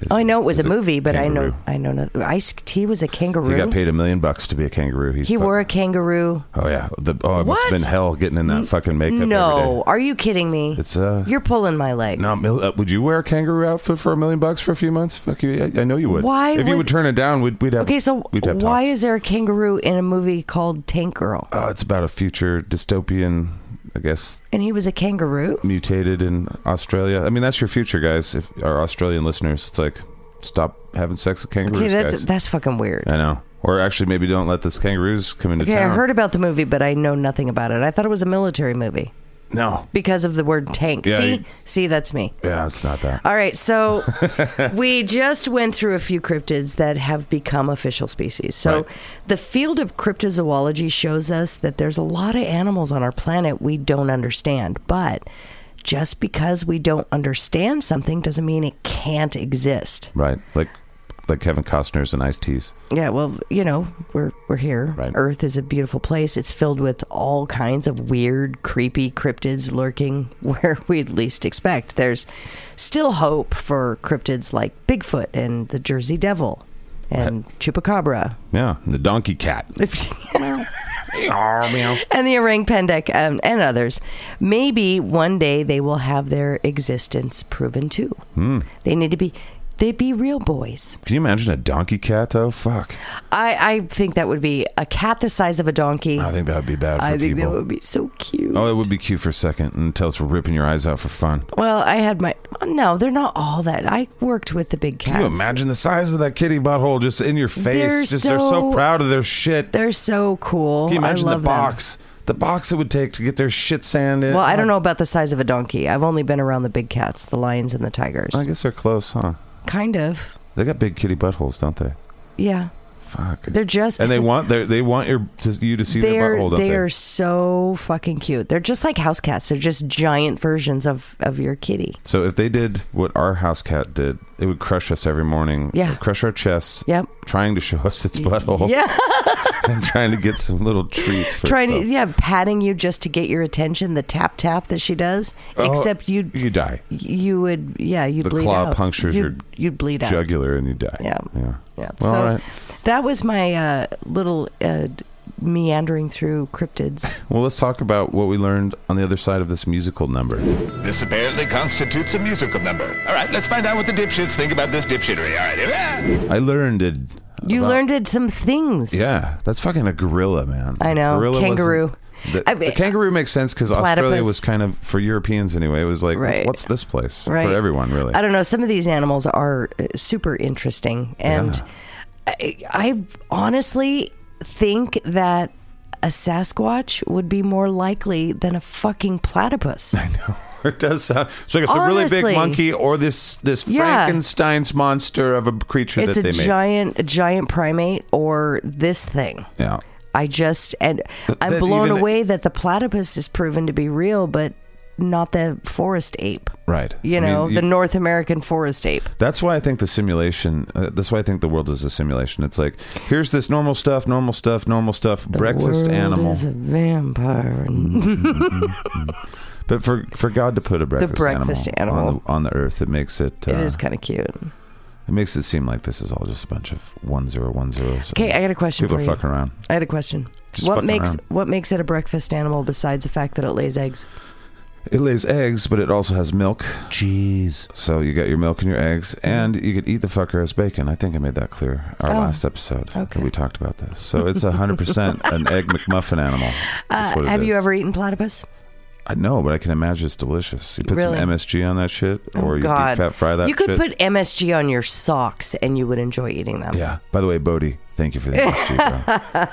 is- Oh, I know it was is a movie, but kangaroo. I know I know. No, Ice T was a kangaroo. He got paid a million bucks to be a kangaroo. He fuck- wore a kangaroo. Oh yeah. The, oh, it must have What? been hell getting in that fucking makeup. every No, day. are you kidding me? It's uh. You're pulling my leg. no, mil- uh, would you wear a kangaroo outfit for a million bucks for a few months? Fuck you, I, I know you would. Why If you would- would turn it down, we'd, we'd have. Okay, so we'd have why talks. is there a kangaroo in a movie called Tank Girl? Uh, it's about a future dystopian, I guess, And he was a kangaroo? mutated in Australia. I mean, that's your future, guys. If our Australian listeners, it's like stop having sex with kangaroos, Okay, that's guys. that's fucking weird. I know. Or actually, maybe don't let this kangaroos come into Okay, I town. heard about the movie, but I know nothing about it. I thought it was a military movie no. because of the word tank. Yeah, See, you- see, that's me. Yeah, it's not that. All right, so we just went through a few cryptids that have become official species. So Right. the field of cryptozoology shows us that there's a lot of animals on our planet we don't understand, but just because we don't understand something doesn't mean it can't exist. Right. Like like Kevin Costner's and Ice Teas. Yeah, well, you know, we're we're here. Right. Earth is a beautiful place. It's filled with all kinds of weird, creepy cryptids lurking where we'd least expect. There's still hope for cryptids like Bigfoot and the Jersey Devil and Chupacabra. Yeah. and the donkey cat. and the orang pendek um, and others. Maybe one day they will have their existence proven too. They need to be they be real boys. Can you imagine a donkey cat though? Fuck. I, I think that would be a cat the size of a donkey. I think that would be bad Oh, for I think people. that would be so cute. Oh, it would be cute for a second until it's ripping your eyes out for fun. Well, I had my no. They're not all that. I worked with the big cats. Can you imagine the size of that kitty butthole just in your face? They're just they're so so- proud of their shit. They're so cool. Can you imagine I the love them. box? The box it would take to get their shit sand in. Well, I don't know about the size of a donkey. I've only been around the big cats, the lions and the tigers. I guess they're close, huh? Kind of. They got big kitty buttholes, don't they? Yeah. Fuck. They're just and they want they they want your to, you to see their they're butthole, don't they they? are so fucking cute. They're just like house cats. They're just giant versions of of your kitty. So if they did what our house cat did, it would crush us every morning. Yeah. It would crush our chests. Yep. Trying to show us its butthole. Yeah. And trying to get some little treats. For Trying to itself. yeah, patting you just to get your attention, the tap tap that she does. Oh, Except you You die. you would yeah you'd The bleed claw out. punctures you'd, your you'd bleed out Jugular and you die. Yeah. Yeah. yeah Well, so all right. that was my uh, little uh, d- meandering through cryptids Well, let's talk about what we learned on the other side of this musical number. This apparently constitutes a musical number. All right, let's find out what the dipshits think about this dipshittery. All right. Ah! I learned it. you about- learned it some things Yeah, that's fucking a gorilla, man. I know. Gorilla wasn't- Kangaroo. The, I- the kangaroo makes sense because Australia Platypus. was kind of for Europeans anyway. It was like, Right. what's this place Right. for everyone, really? I don't know. Some of these animals are uh, super interesting, and I, I honestly think that a Sasquatch would be more likely than a fucking platypus. It does sound. So it's a really Honestly. big monkey or this this Yeah. Frankenstein's monster of a creature it's that a they made. giant, a giant primate, or this thing. yeah. I just and I'm that blown even- away that the platypus is proven to be real, but not the forest ape. Right. You I mean, know, you- the North American forest ape. That's why I think the simulation. Uh, that's why I think the world is a simulation. It's like here's this normal stuff, normal stuff, normal stuff, breakfast World animal. Mm, is a vampire. but for for God to put a breakfast, breakfast on animal. the, on the earth, it makes it. Uh, it is kind of cute. It makes it seem like this is all just a bunch of one zero one zeros. Okay, I got a question People for are you. fucking around. I had a question. Just what fucking makes around. what makes it a breakfast animal besides the fact that it lays eggs? It lays eggs, but it also has milk. Cheese. So you got your milk and your eggs, and you could eat the fucker as bacon. I think I made that clear our Oh. last episode. that Okay. we talked about this. So it's hundred percent an egg McMuffin animal. That's what it Uh, have you is. ever eaten platypus? I know, but I can imagine it's delicious. You put Really? Oh, some MSG on that shit, or you God. deep fat fry that. you could shit. put MSG on your socks and you would enjoy eating them. Yeah. By the way, Bodhi, thank you for the MSG,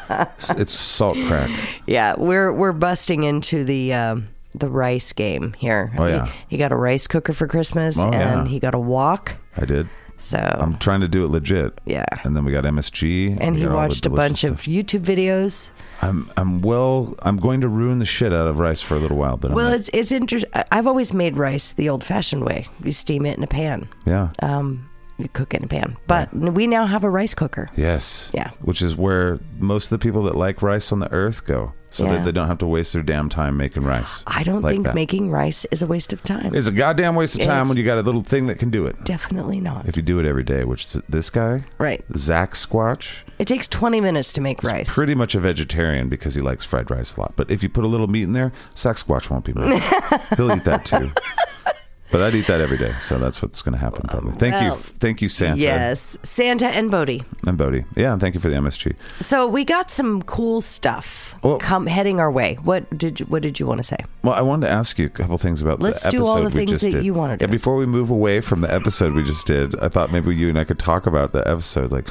bro. it's salt crack. Yeah, we're we're busting into the um, the rice game here. Oh, he, yeah. he got a rice cooker for Christmas Oh, and yeah. he got a wok. I did. So I'm trying to do it legit. Yeah. And then we got MSG, and we he got all the watched a bunch delicious of YouTube videos. stuff. I'm I'm well. I'm going to ruin the shit out of rice for a little while, but Well, I'm like, it's it's interesting. I've always made rice the old-fashioned way. You steam it in a pan. yeah. Um, you cook in a pan. But we now have a rice cooker. Yes. Yeah. Which is where most of the people that like rice on the earth go, so Yeah. that they don't have to waste their damn time making rice. I don't like think that. making rice is a waste of time. It's a goddamn waste of It's- time when you got a little thing that can do it. Definitely not. If you do it every day, which is this guy, Right. Zach Squatch, It takes 20 minutes to make rice. pretty much a vegetarian because he likes fried rice a lot. But if you put a little meat in there, Sasquatch won't be mad. He'll eat that too. But I'd eat that every day, so that's what's going to happen probably. Thank you, Well, thank you, Santa yes. Santa and Bodhi. and Bodhi. Yeah, and thank you for the MSG. So we got some cool stuff Well- come heading our way. What did you, what did you want to say? Well, I wanted to ask you a couple things about Let's the do episode all the we things just that did. you wanna do. Yeah, before we move away from the episode we just did, I thought maybe you and I could talk about the episode, like.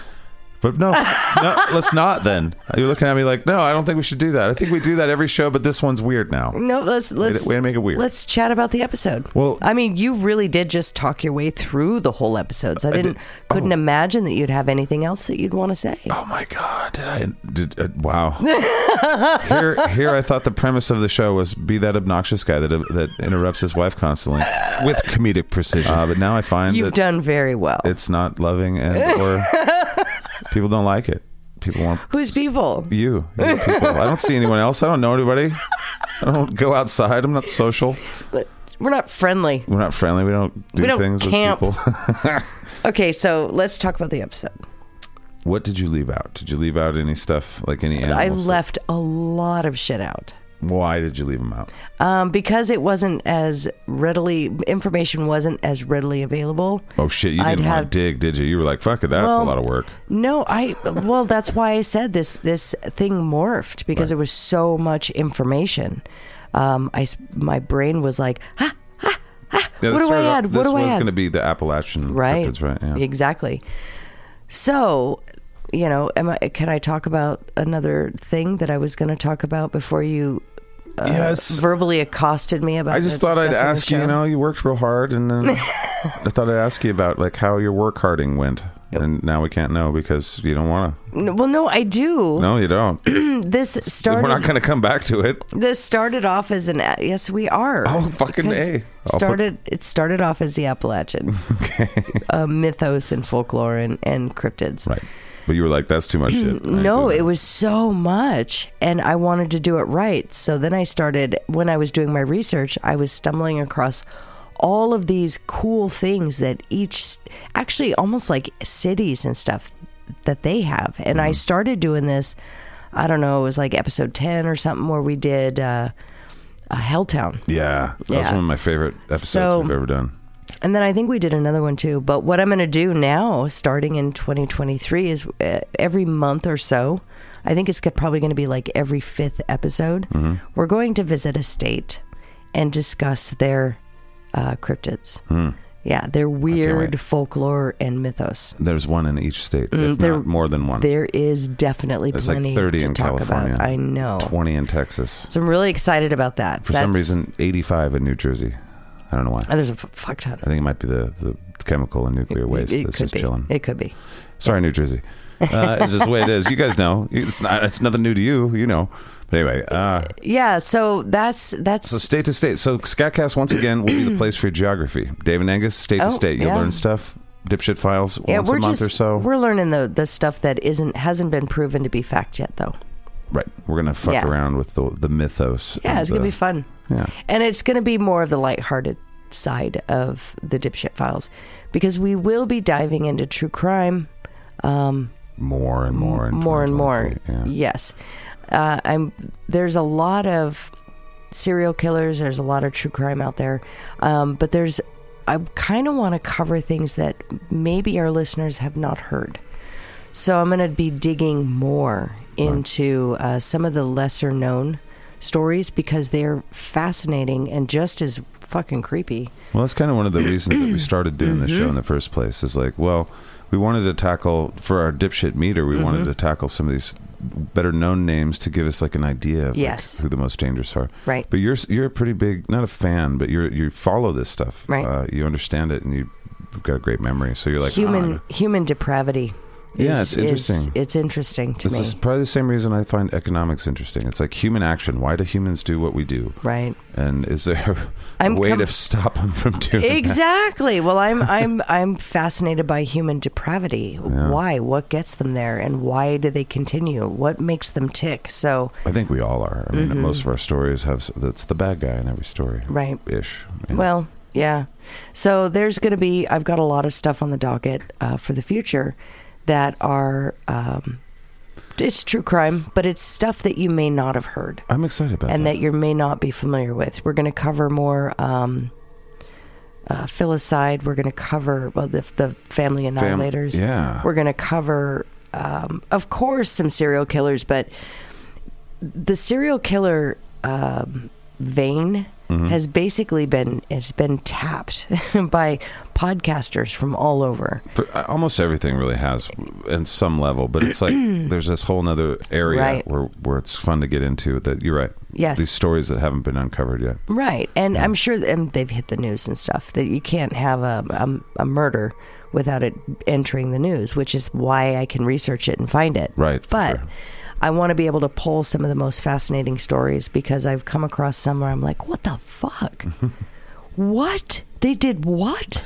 But no, no, let's not. Then you're looking at me like, no, I don't think we should do that. I think we do that every show, but this one's weird now. No, let's let's way to make it weird. Let's chat about the episode. Well- I mean, you really did just talk your way through the whole episodes. I didn't couldn't imagine that you'd have anything else that you'd want to say. Oh my god! Did I? Did uh, wow? here, here. I thought the premise of the show was be that obnoxious guy that uh, that interrupts his wife constantly with comedic precision. Uh, but now I find You've that done very well. it's not loving and or people don't like it. People want Who's people? you. you people. I don't see anyone else. I don't know anybody. I don't go outside. I'm not social. We're not friendly. We're not friendly. We don't do We don't things camp. with people. Okay, so let's talk about the episode. what did you leave out? Did you leave out any stuff like any animals? I that- left a lot of shit out. Why did you leave them out? Um, because it wasn't as readily information wasn't as readily available. Oh shit! You I'd didn't want have- to dig, did you? You were like, "Fuck it, that's Well, a lot of work." No, I well, that's why I said this this thing morphed because there was so much information. Um, I s- my brain was like, ah, Yeah, what this do I started off- add? What This do I was add? going to be the Appalachian right, cryptids, right? Yeah. exactly. So, you know, am I? Can I talk about another thing that I was going to talk about before you yes. verbally accosted me about? I just the- thought I'd discussing the ask you. show? You know, you worked real hard, and then I thought I'd ask you about like how your work harding went, and now we can't know because you don't want to. No, well, no, I do. No, you don't. This started. We're not going to come back to it. This started off as an yes, we are. Oh, fucking Because A. I'll put- Started it started off as the Appalachian uh, mythos and folklore and, and cryptids. Right. But you were like, "That's too much shit." I ain't No, doing it that." was so much, and I wanted to do it right. So then I started when I was doing my research, I was stumbling across all of these cool things that each actually almost like cities and stuff that they have. And Mm-hmm. I started doing this. I don't know. It was like episode ten or something where we did uh, a Helltown. Yeah, that was Yeah. one of my favorite episodes So- we've ever done. And then I think we did another one too. But what I'm going to do now, starting in 2023, is uh, every month or so, I think it's go- probably going to be like every fifth episode, Mm-hmm. we're going to visit a state and discuss their uh, cryptids. Hmm. Yeah, their weird folklore and mythos. There's one in each state, if Mm, there- not more than one. There is definitely There's like plenty 30 to in talk California. about. I know. Twenty in Texas. So I'm really excited about that. For some reason, 85 in New Jersey. I don't know why. oh, there's a f- fuck ton. I think it might be the, the chemical and nuclear waste it that's could just be. chilling. It could be. Sorry, New Jersey. Uh, it's just the way it is. You guys know. It's not. It's nothing new to you. You know. But anyway, uh, Yeah. So that's that's so state to state. So Scatcast once again will be the place for your geography. Dave and Angus, state Oh, to state. You'll yeah. learn stuff. Dipshit files once a month or so. We're learning the the stuff that isn't hasn't been proven to be fact yet, though. right. We're gonna fuck Yeah. around with the the mythos. Yeah, and it's gonna the- be fun. Yeah. uh, and it's gonna be more of the lighthearted side of the dipshit files because we will be diving into true crime um, More and more and more and more. Yeah. Yes, uh, I'm. There's a lot of serial killers. There's a lot of true crime out there, um, but there's. I kind of want to cover things that maybe our listeners have not heard. So I'm going to be digging more into uh, some of the lesser known stories because they're fascinating and just as fucking creepy. Well, that's kind of one of the reasons that we started doing this Mm-hmm. show in the first place. Is like, well, we wanted to tackle for our dipshit meter, we Mm-hmm. wanted to tackle some of these better known names to give us like an idea of like, Yes. who the most dangerous are. Right. But you're you're a pretty big not a fan, but you're you follow this stuff. Right. Uh, you understand it, and you. have Got a great memory, so you're like human "Ah, human depravity. Yeah, is- it's interesting. is- it's interesting to This me. is probably the same reason I find economics interesting. It's like human action. Why do humans do what we do? right. And is there a I'm way com- to stop them from doing that? Exactly. Well, I'm I'm I'm fascinated by human depravity. Why? What gets them there and why do they continue? What makes them tick? So, I think we all are. I mean, most of our stories have s- that's the bad guy in every story, Mm-hmm. Right. Ish. you know. well, yeah. So there's going to be I've got a lot of stuff on the docket uh, for the future that are um it's true crime, but it's stuff that you may not have heard. I'm excited about and that. that you may not be familiar with. We're going to cover more um, uh, filicide. We're going to cover well the, the family annihilators. yeah. we're going to cover, um, of course, some serial killers, but the serial killer um, vein has basically been it's been tapped by podcasters from all over. For- uh, almost everything really has in some level, but it's like there's this whole nother area Right. where where it's fun to get into. That you're right. Yes. These stories that haven't been uncovered yet. Right, and I'm sure, and they've hit the news and stuff that you can't have a, a a murder without it entering the news, which is why I can research it and find it. Right, for but sure. I want to be able to pull some of the most fascinating stories because I've come across some where I'm like, what the fuck? what they did? What?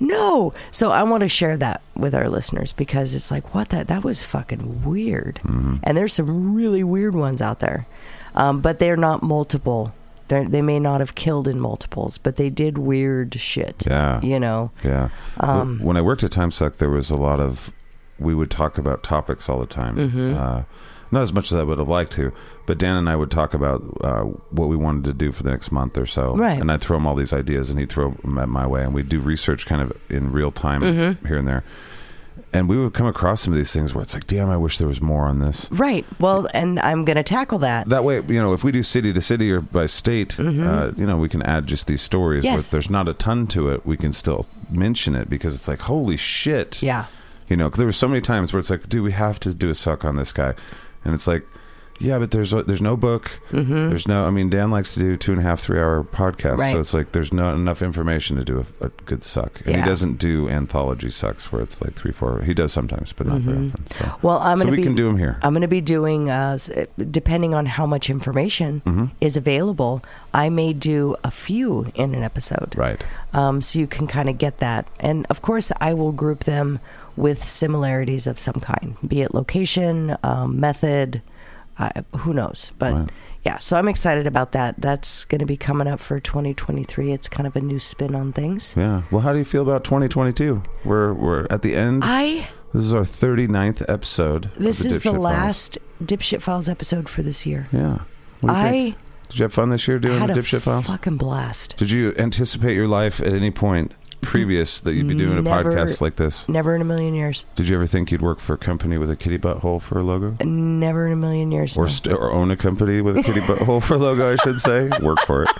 no. So I want to share that with our listeners because it's like, what that that was fucking weird, Mm-hmm. and there's some really weird ones out there, um, but they're not multiple. They're, they may not have killed in multiples, but they did weird shit. Yeah. You know. Yeah. Um, when I worked at TimeSuck, there was a lot of we would talk about topics all the time. Uh, not as much as I would have liked to, but Dan and I would talk about uh, what we wanted to do for the next month or so. Right. And I'd throw him all these ideas, and he'd throw them at my way, and we'd do research kind of in real time here and there. And we would come across some of these things where it's like, damn, I wish there was more on this. Right. Well, and I'm going to tackle that. That way, you know, if we do city to city or by state, uh, you know, we can add just these stories. where Mm-hmm. Yes. if there's not a ton to it, we can still mention it because it's like, holy shit. Yeah. You know, 'cause there were so many times where it's like, dude, we have to do a suck on this guy, and it's like, yeah, but there's there's no book, there's no. I mean, Dan likes to do two and a half, three hour podcasts, Mm-hmm. Right. so it's like there's not enough information to do a, a good suck, and Yeah. he doesn't do anthology sucks where it's like three, four. He does sometimes, but not very often. So, Well, Mm-hmm. I'm so going to we be. can do them here. I'm going to be doing, uh, s- depending on how much information Mm-hmm. is available, I may do a few in an episode. Right. Um, so you can kind of get that. And of course, I will group them with similarities of some kind, be it location, um, method, uh, who knows. But yeah, so I'm excited about that. That's going to be coming up for 2023. It's kind of a new spin on things. Yeah. Well, how do you feel about 2022? We're we're at the end. I. this is our 39th episode. of This is Dipshit the Files. last Dipshit Files episode for this year. Yeah. What do you I think? Did you have fun this year doing had the a Dipshit Files? fucking blast. Did you anticipate your life at any point previous that you'd be doing a Never. podcast like this? Never in a million years. Did you ever think you'd work for a company with a kitty butthole for a logo? Never in a million years. Or, st- or own a company with a kitty butthole for a logo, I should say. Work for it.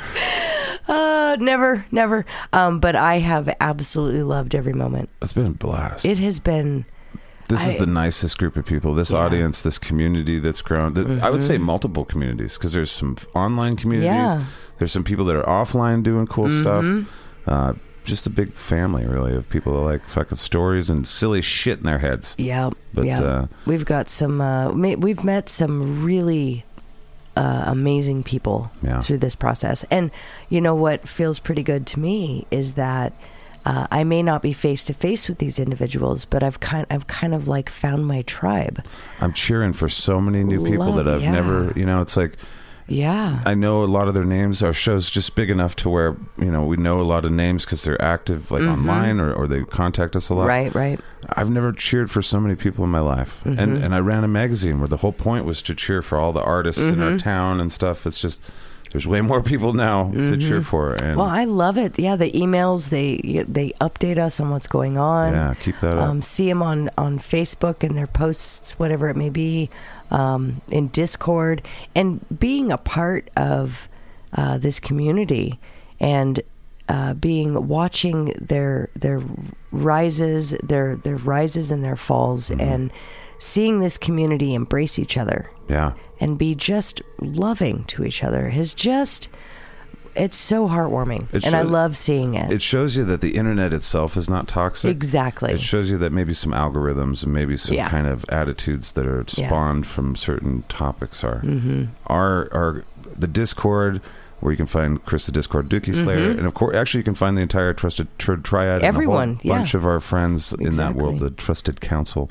uh, never, never. Um, but I have absolutely loved every moment. It's been a blast. It has been this I- is the nicest group of people. This audience, this community that's grown. th- I would say multiple communities because there's some f- online communities. Mm-hmm. Yeah. There's some people that are offline doing cool Mm-hmm. stuff. Uh, just a big family, really, of people that like fucking stories and silly shit in their heads. yeah, But, yeah. uh, we've got some. Uh, ma- we've met some really uh, amazing people Yeah. through this process, and you know what feels pretty good to me is that. Uh, I may not be face to face with these individuals, but I've kind, I've kind of like found my tribe. I'm cheering for so many new people Love- that I've yeah. never, you know, it's like Yeah, I know a lot of their names. Our show's just big enough to where, you know, we know a lot of names because they're active like online or, or they contact us a lot. Mm-hmm. right, right. I've never cheered for so many people in my life. Mm-hmm. And and I ran a magazine where the whole point was to cheer for all the artists in Mm-hmm. our town and stuff. It's just there's way more people now to cheer for and Mm-hmm. Well, I love it. Yeah, the emails they they update us on what's going on. Yeah, keep that up. Um, see them on on Facebook and their posts, whatever it may be, um, in Discord, and being a part of uh, this community and uh, being watching their their rises, their their rises and their falls, Mm-hmm. and seeing this community embrace each other yeah. and be just loving to each other has just it's so heartwarming, It and I shows- love seeing it. It shows you that the internet itself is not toxic. Exactly. It shows you that maybe some algorithms and maybe some Yeah. kind of attitudes that are Yeah. spawned from certain topics are. Mm-hmm. Our, our, the Discord, where you can find Chris the Discord Dookie Slayer, Mm-hmm. and of course, actually, you can find the entire Trusted Tri- Triad. Everyone, and a whole bunch yeah. of our friends in that Exactly. world, the Trusted Council.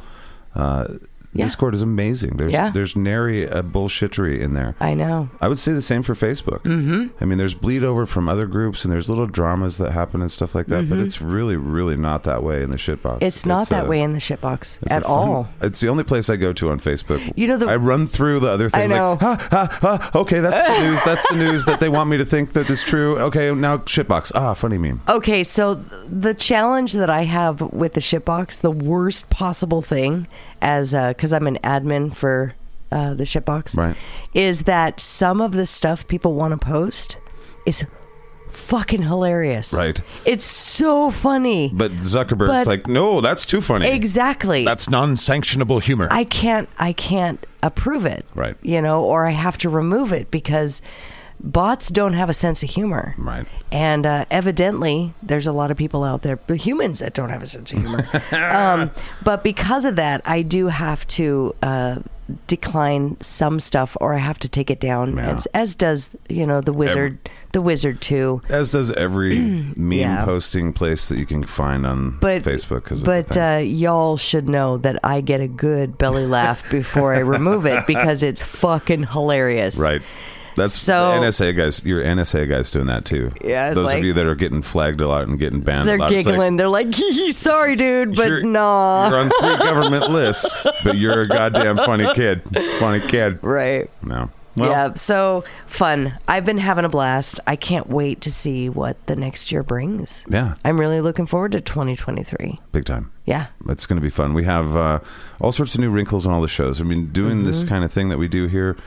Uh, Yeah. Discord is amazing. There's Yeah. there's nary a bullshittery in there. I know. I would say the same for Facebook. Mm-hmm. I mean, there's bleed over from other groups, and there's little dramas that happen and stuff like that. But it's really, really not that way in the shitbox. Mm-hmm. It's not that a- way in the shitbox it's a at fun- all. It's the only place I go to on Facebook. You know the- I run through the other things. know. Like, ha, ha, ha, okay, that's the news. That's the news that they want me to think that is true. Okay, now shitbox. Ah, funny meme. Okay, so th- the challenge that I have with the shitbox, the worst possible thing, as because I'm an admin for uh, the shitbox, Right. is that some of the stuff people want to post is fucking hilarious. Right. It's so funny. But Zuckerberg's But- like, no, that's too funny. exactly. That's non-sanctionable humor. I can't I can't approve it. Right. You know, or I have to remove it because bots don't have a sense of humor. Right. And uh, evidently, there's a lot of people out there, but humans that don't have a sense of humor. um, but because of that, I do have to uh, decline some stuff, or I have to take it down, Yeah. as, as does you know the wizard, the wizard too. As does every meme Yeah. posting place that you can find on but Facebook. 'cause of the But thing. uh, y'all should know that I get a good belly laugh before I remove it because it's fucking hilarious. Right. That's So- the NSA guys. Your NSA guys doing that too. Yeah, it's Those like- of you that are getting flagged a lot and getting banned. They're a lot, it's like, giggling. They're like, "Hee, "Sorry, dude, but you're- nah." You're on three government lists, but you're a goddamn funny kid. Funny kid. Right. No. Well, yeah. So fun. I've been having a blast. I can't wait to see what the next year brings. Yeah. I'm really looking forward to 2023. Big time. Yeah. It's going to be fun. We have uh, all sorts of new wrinkles on all the shows. I mean, doing Mm-hmm. this kind of thing that we do here,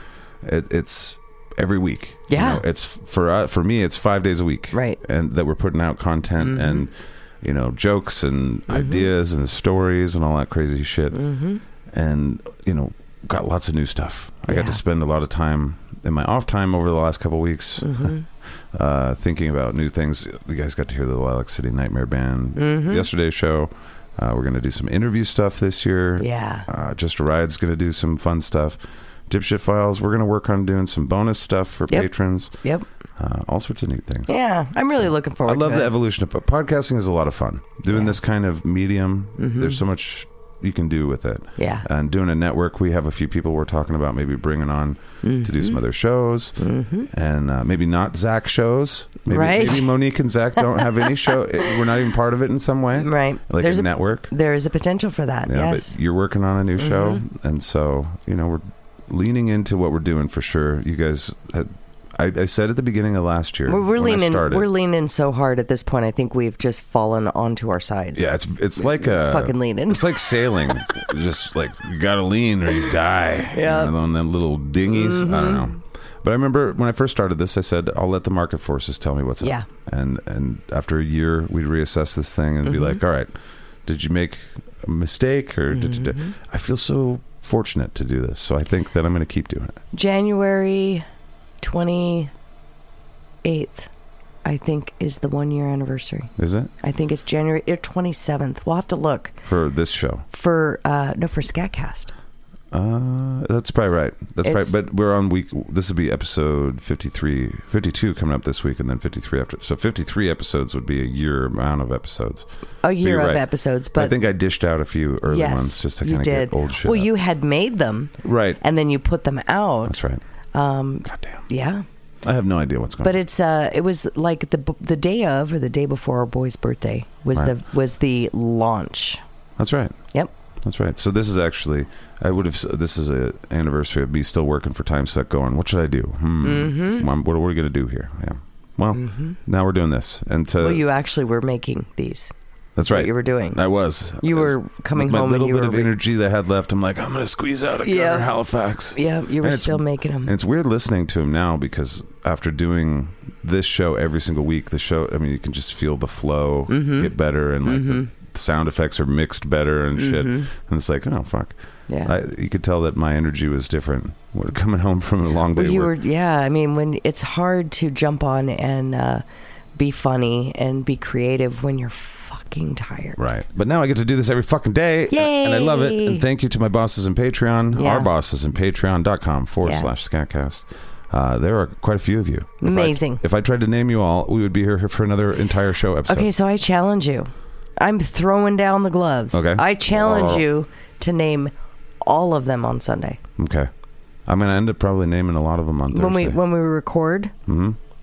it, it's every week. You Yeah. know, it's for uh, for me, it's five days a week, Right. Mm-hmm. And that we're putting out content and you know jokes and ideas and stories and all that crazy shit. Mm-hmm. And you know, got lots of new stuff. I got Yeah. to spend a lot of time in my off time over the last couple weeks. Mm-hmm. Uh, thinking about new things. You guys got to hear the Lilac City Nightmare Band Mm-hmm. yesterday's show. Uh, we're going to do some interview stuff this year. Yeah. Uh, Just a Ride's going to do some fun stuff. Dipshit Files, we're going to work on doing some bonus stuff for Yep. patrons. Yep. Uh, all sorts of neat things. Yeah. I'm really looking I forward. love to the it. evolution of but podcasting is a lot of fun. Doing this kind of medium, Mm-hmm. there's so much you can do with it. Yeah. And doing a network, we have a few people we're talking about maybe bringing on to do Mm-hmm. some other shows, and uh, maybe not Zach shows. Maybe, Right. Maybe Monique and Zach don't have any show. It- we're not even part of it in some way. Right. Like There's a- a network. There is a potential for that. Yeah, yes. Mm-hmm. but you're working on a new show, and so you know we're leaning into what we're doing for sure. You guys, had, I, I said at the beginning of last year, We're, we're when I leaning. started- We're leaning so hard at this point. I think we've just fallen onto our sides. yeah, it's it's like a Fucking leaning. It's like sailing, just like you gotta lean or you die. Yeah. Mm-hmm. you know, on them little dinghies. I don't know. But I remember when I first started this, I said I'll let the market forces tell me what's Yeah. up. And and after a year, we'd reassess this thing Mm-hmm. and be like, all right, did you make a mistake or did you? Mm-hmm. Do-? I feel so fortunate to do this, so I think that I'm going to keep doing it. January 28th, I think, is the one year anniversary. Is it I think it's January or 27th. We'll have to look for this show? for, uh, no, for Scatcast. Uh, that's probably right. That's It's- probably. But we're on week. This would be episode 53, 52 coming up this week, and then fifty three after. So fifty three episodes would be a year amount of episodes. A year you're of right. episodes, but I think I dished out a few early yes, ones just to you kind of did. get old shit. well, up. you had made them right. and then you put them out. That's right. Um, Goddamn. yeah, I have no idea what's going. but on. it's uh, it was like the b- the day of or the day before our boy's birthday was Right. the was the launch. That's right. Yep. That's right. So this is actually, I would have. s- This is a anniversary of me still working for Time Suck. Going, what should I do? Hmm. Mm-hmm. Mom, What are we going to do here? Yeah. Well, now we're doing this, and to Mm. well, you actually were making these. that's what right. you were doing. I was. You I was- were coming with my home little and you were bit of re- energy that I had left. I'm like, I'm gonna squeeze out a Yeah. Gunner Halifax. Yeah, you were And it's- still making them. And it's weird listening to him now because after doing this show every single week, the show, I mean, you can just feel the flow Mm-hmm. get better and like the sound effects are mixed better and shit. And it's like, oh, fuck. Mm-hmm. Yeah. I, you could tell that my energy was different. We're coming home from a long day. Well, you work. were, yeah. I mean, when it's hard to jump on and uh, be funny and be creative when you're fucking tired. Right. But now I get to do this every fucking day. Yay! And I love it. And thank you to my bosses in Patreon, Yeah. our bosses in patreon.com forward Yeah. slash scatcast. Uh, there are quite a few of you. If I- Amazing. if I tried to name you all, we would be here for another entire show episode. Okay, so I challenge you. I'm throwing down the gloves. Okay. I challenge Wow. you to name all of them on Sunday Okay. I'm going to end up probably naming a lot of them on Thursday. Mm-hmm. when we when we record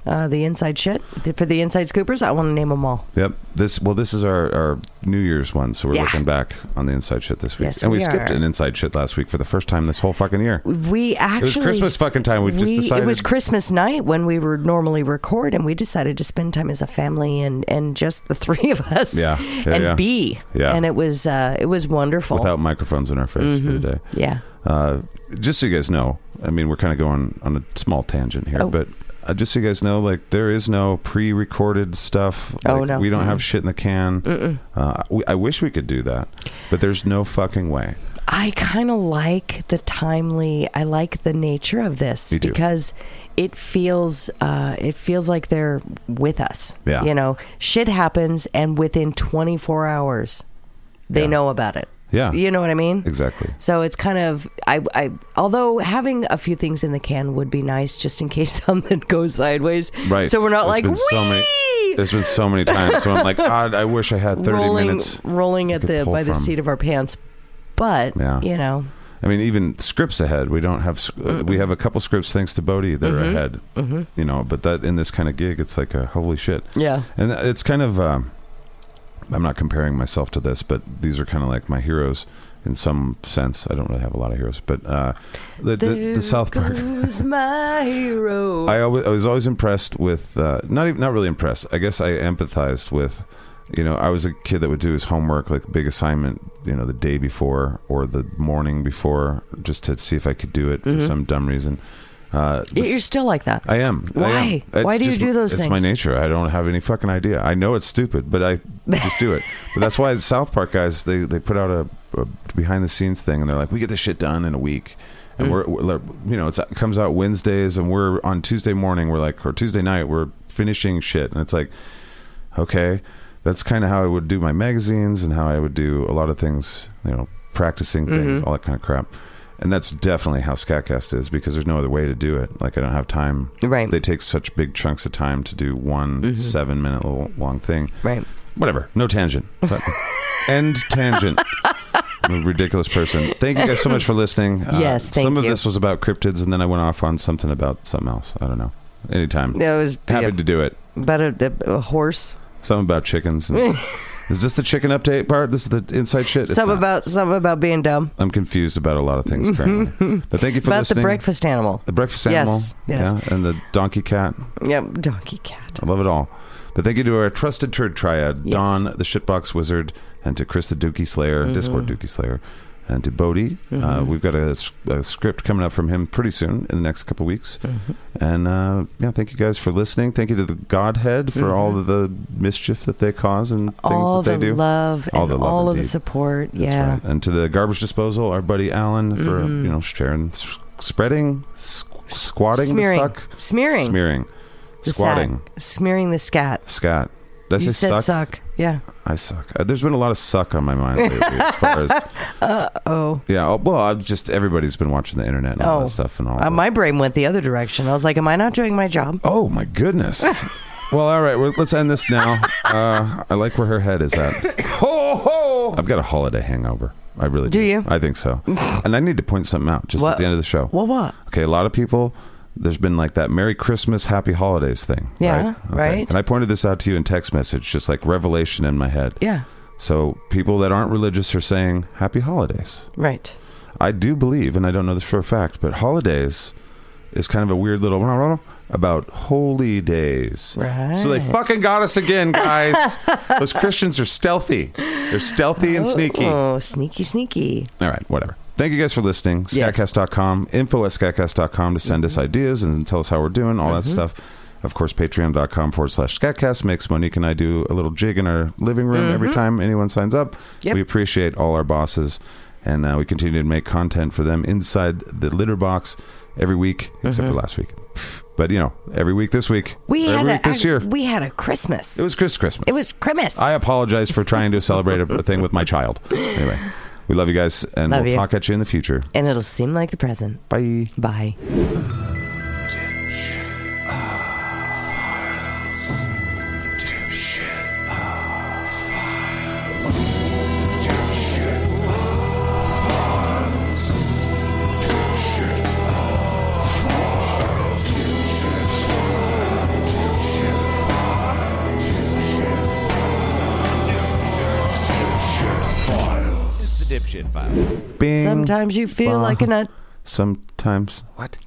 uh, the inside shit th- for the inside scoopers. I want to name them all. yep. This well, this is our, our New Year's one, so we're Yeah. looking back on the inside shit this week. Yes, and we, we skipped are. an inside shit last week for the first time this whole fucking year. We it was actually Christmas fucking time. We just we- decided it was Christmas night when we were normally record, and we decided to spend time as a family and and just the three of us. Yeah, yeah, and yeah. be Yeah. and it was uh, it was wonderful. without microphones in our face for Mm-hmm. the day. yeah, Uh, just so you guys know, I mean, we're kind of going on a small tangent here, Oh. but uh, just so you guys know, like there is no pre-recorded stuff. Oh, Like, no. we don't have shit in the can. Uh, we, I wish we could do that, but there's no fucking way. I kind of like the timely. I like the nature of this Me too. because it feels uh, it feels like they're with us. Yeah. you know, shit happens, and within 24 hours, they Yeah. know about it. Yeah. you know what I mean. Exactly. So it's kind of I, I although having a few things in the can would be nice just in case something goes sideways. Right. So we're not There's like been so many- "Whee!" There's been so many times when I'm like, God, I wish I had 30 rolling minutes. rolling at could the pull by the from. seat of our pants. But Yeah. you know, I mean, even scripts ahead. We don't have sc- uh we have a couple scripts thanks to Bodhi that Mm-hmm. are ahead. You know, but that in this kind of gig, it's like a holy shit. yeah. And it's kind of, um, I'm not comparing myself to this, but these are kind of like my heroes in some sense. I don't really have a lot of heroes, but uh, the, the, There the South Park. goes my hero. I, always, I was always impressed with, uh, not even, not really impressed. I guess I empathized with, you know, I was a kid that would do his homework, like big assignment, you know, the day before or the morning before, just to see if I could do it for some dumb reason. Uh, Y- the You're still like that. I am. I Why? am. It's Why do you just- do those it's things? my nature. I don't have any fucking idea. I know it's stupid, but I just do it. But that's why the South Park guys they they put out a, a behind the scenes thing, and they're like, we get this shit done in a week. Mm. And we're, we're like, you know, it's, it comes out Wednesdays, and we're on Tuesday morning. We're like, or Tuesday night, we're finishing shit, and it's like, okay, that's kind of how I would do my magazines and how I would do a lot of things, you know, practicing Mm-hmm. things, all that kind of crap. And that's definitely how Scatcast is because there's no other way to do it. Like I don't have time. Right. They take such big chunks of time to do one Mm-hmm. seven minute lo- long thing. right. Whatever. No tangent. So- End tangent. I'm a ridiculous person. Thank you guys so much for listening. Uh, Yes, thank some of you. this was about cryptids, and then I went off on something about something else. I don't know. Anytime. That was uh, Happy yeah, to do it. about a, a uh, horse. Something about chickens. and- is this the chicken update part? This is the inside shit. It's Some not. about some about being dumb. I'm confused about a lot of things currently. but thank you for about listening. the breakfast animal. The breakfast Yes, animal, yes. yeah, and the donkey cat. Yep. Donkey cat. I love it all. But thank you to our trusted turd triad, Yes. Don, the shitbox wizard, and to Chris the Dookie Slayer, Mm-hmm. Discord Dookie Slayer, and to Bodhi. Uh, we've got a, s- a script coming up from him pretty soon in the next couple weeks. Mm-hmm. And uh, yeah, thank you guys for listening. Thank you to the Godhead for all of the mischief that they cause and things Mm-hmm. All that the they do. love All and the love, all of the indeed. support. That's yeah. Mm-hmm. right. And to the garbage disposal, our buddy Alan for you know sharing, s- spreading, s- squatting, Smearing. the suck, Smearing. smearing, The squatting, sack. Smearing the scat. scat. Did I you say said suck? suck. Yeah. I suck. Uh, there's been a lot of suck on my mind lately. as far as Oh. yeah, oh, well, I've just everybody's been watching the internet and all Oh. that stuff and all. Uh, that. my brain went the other direction. I was like, am I not doing my job? oh my goodness. well, all right, well, let's end this now. Uh, I like where her head is at. Ho, ho! I've got a holiday hangover. I really do. Do you? I think so. and I need to point something out just What- at the end of the show. Well, what? Okay, a lot of people, there's been like that Merry Christmas, Happy Holidays thing. Yeah, right? right. And I pointed this out to you in text message, just like revelation in my head. Yeah. So people that aren't religious are saying Happy Holidays. Right. I do believe, and I don't know this for a fact, but holidays is kind of a weird little about holy days. Right. So they fucking got us again, guys. Those Christians are stealthy. They're stealthy and sneaky. Oh, sneaky, sneaky. All right, whatever. Thank you guys for listening. Yes. Mm-hmm. Scatcast.com, info at scatcast.com to send us ideas and tell us how we're doing, all that stuff. Of course, patreon.com forward slash scatcast makes Monique and I do a little jig in our living room every time anyone signs up. Mm-hmm. Yep. We appreciate all our bosses and uh, we continue to make content for them inside the litter box every week, except for last week. But you know, every week this week, Mm-hmm. We every had a week this year, we had a Christmas. it was Chris Christmas. It was Christmas. I apologize for trying to celebrate a- a thing with my child. Anyway, we love you guys, and Love we'll you. talk at you in the future. and it'll seem like the present. Bye. Bye. Oh, It's the dipshit file. Bing. Sometimes you feel bah. like a nut. Sometimes. What?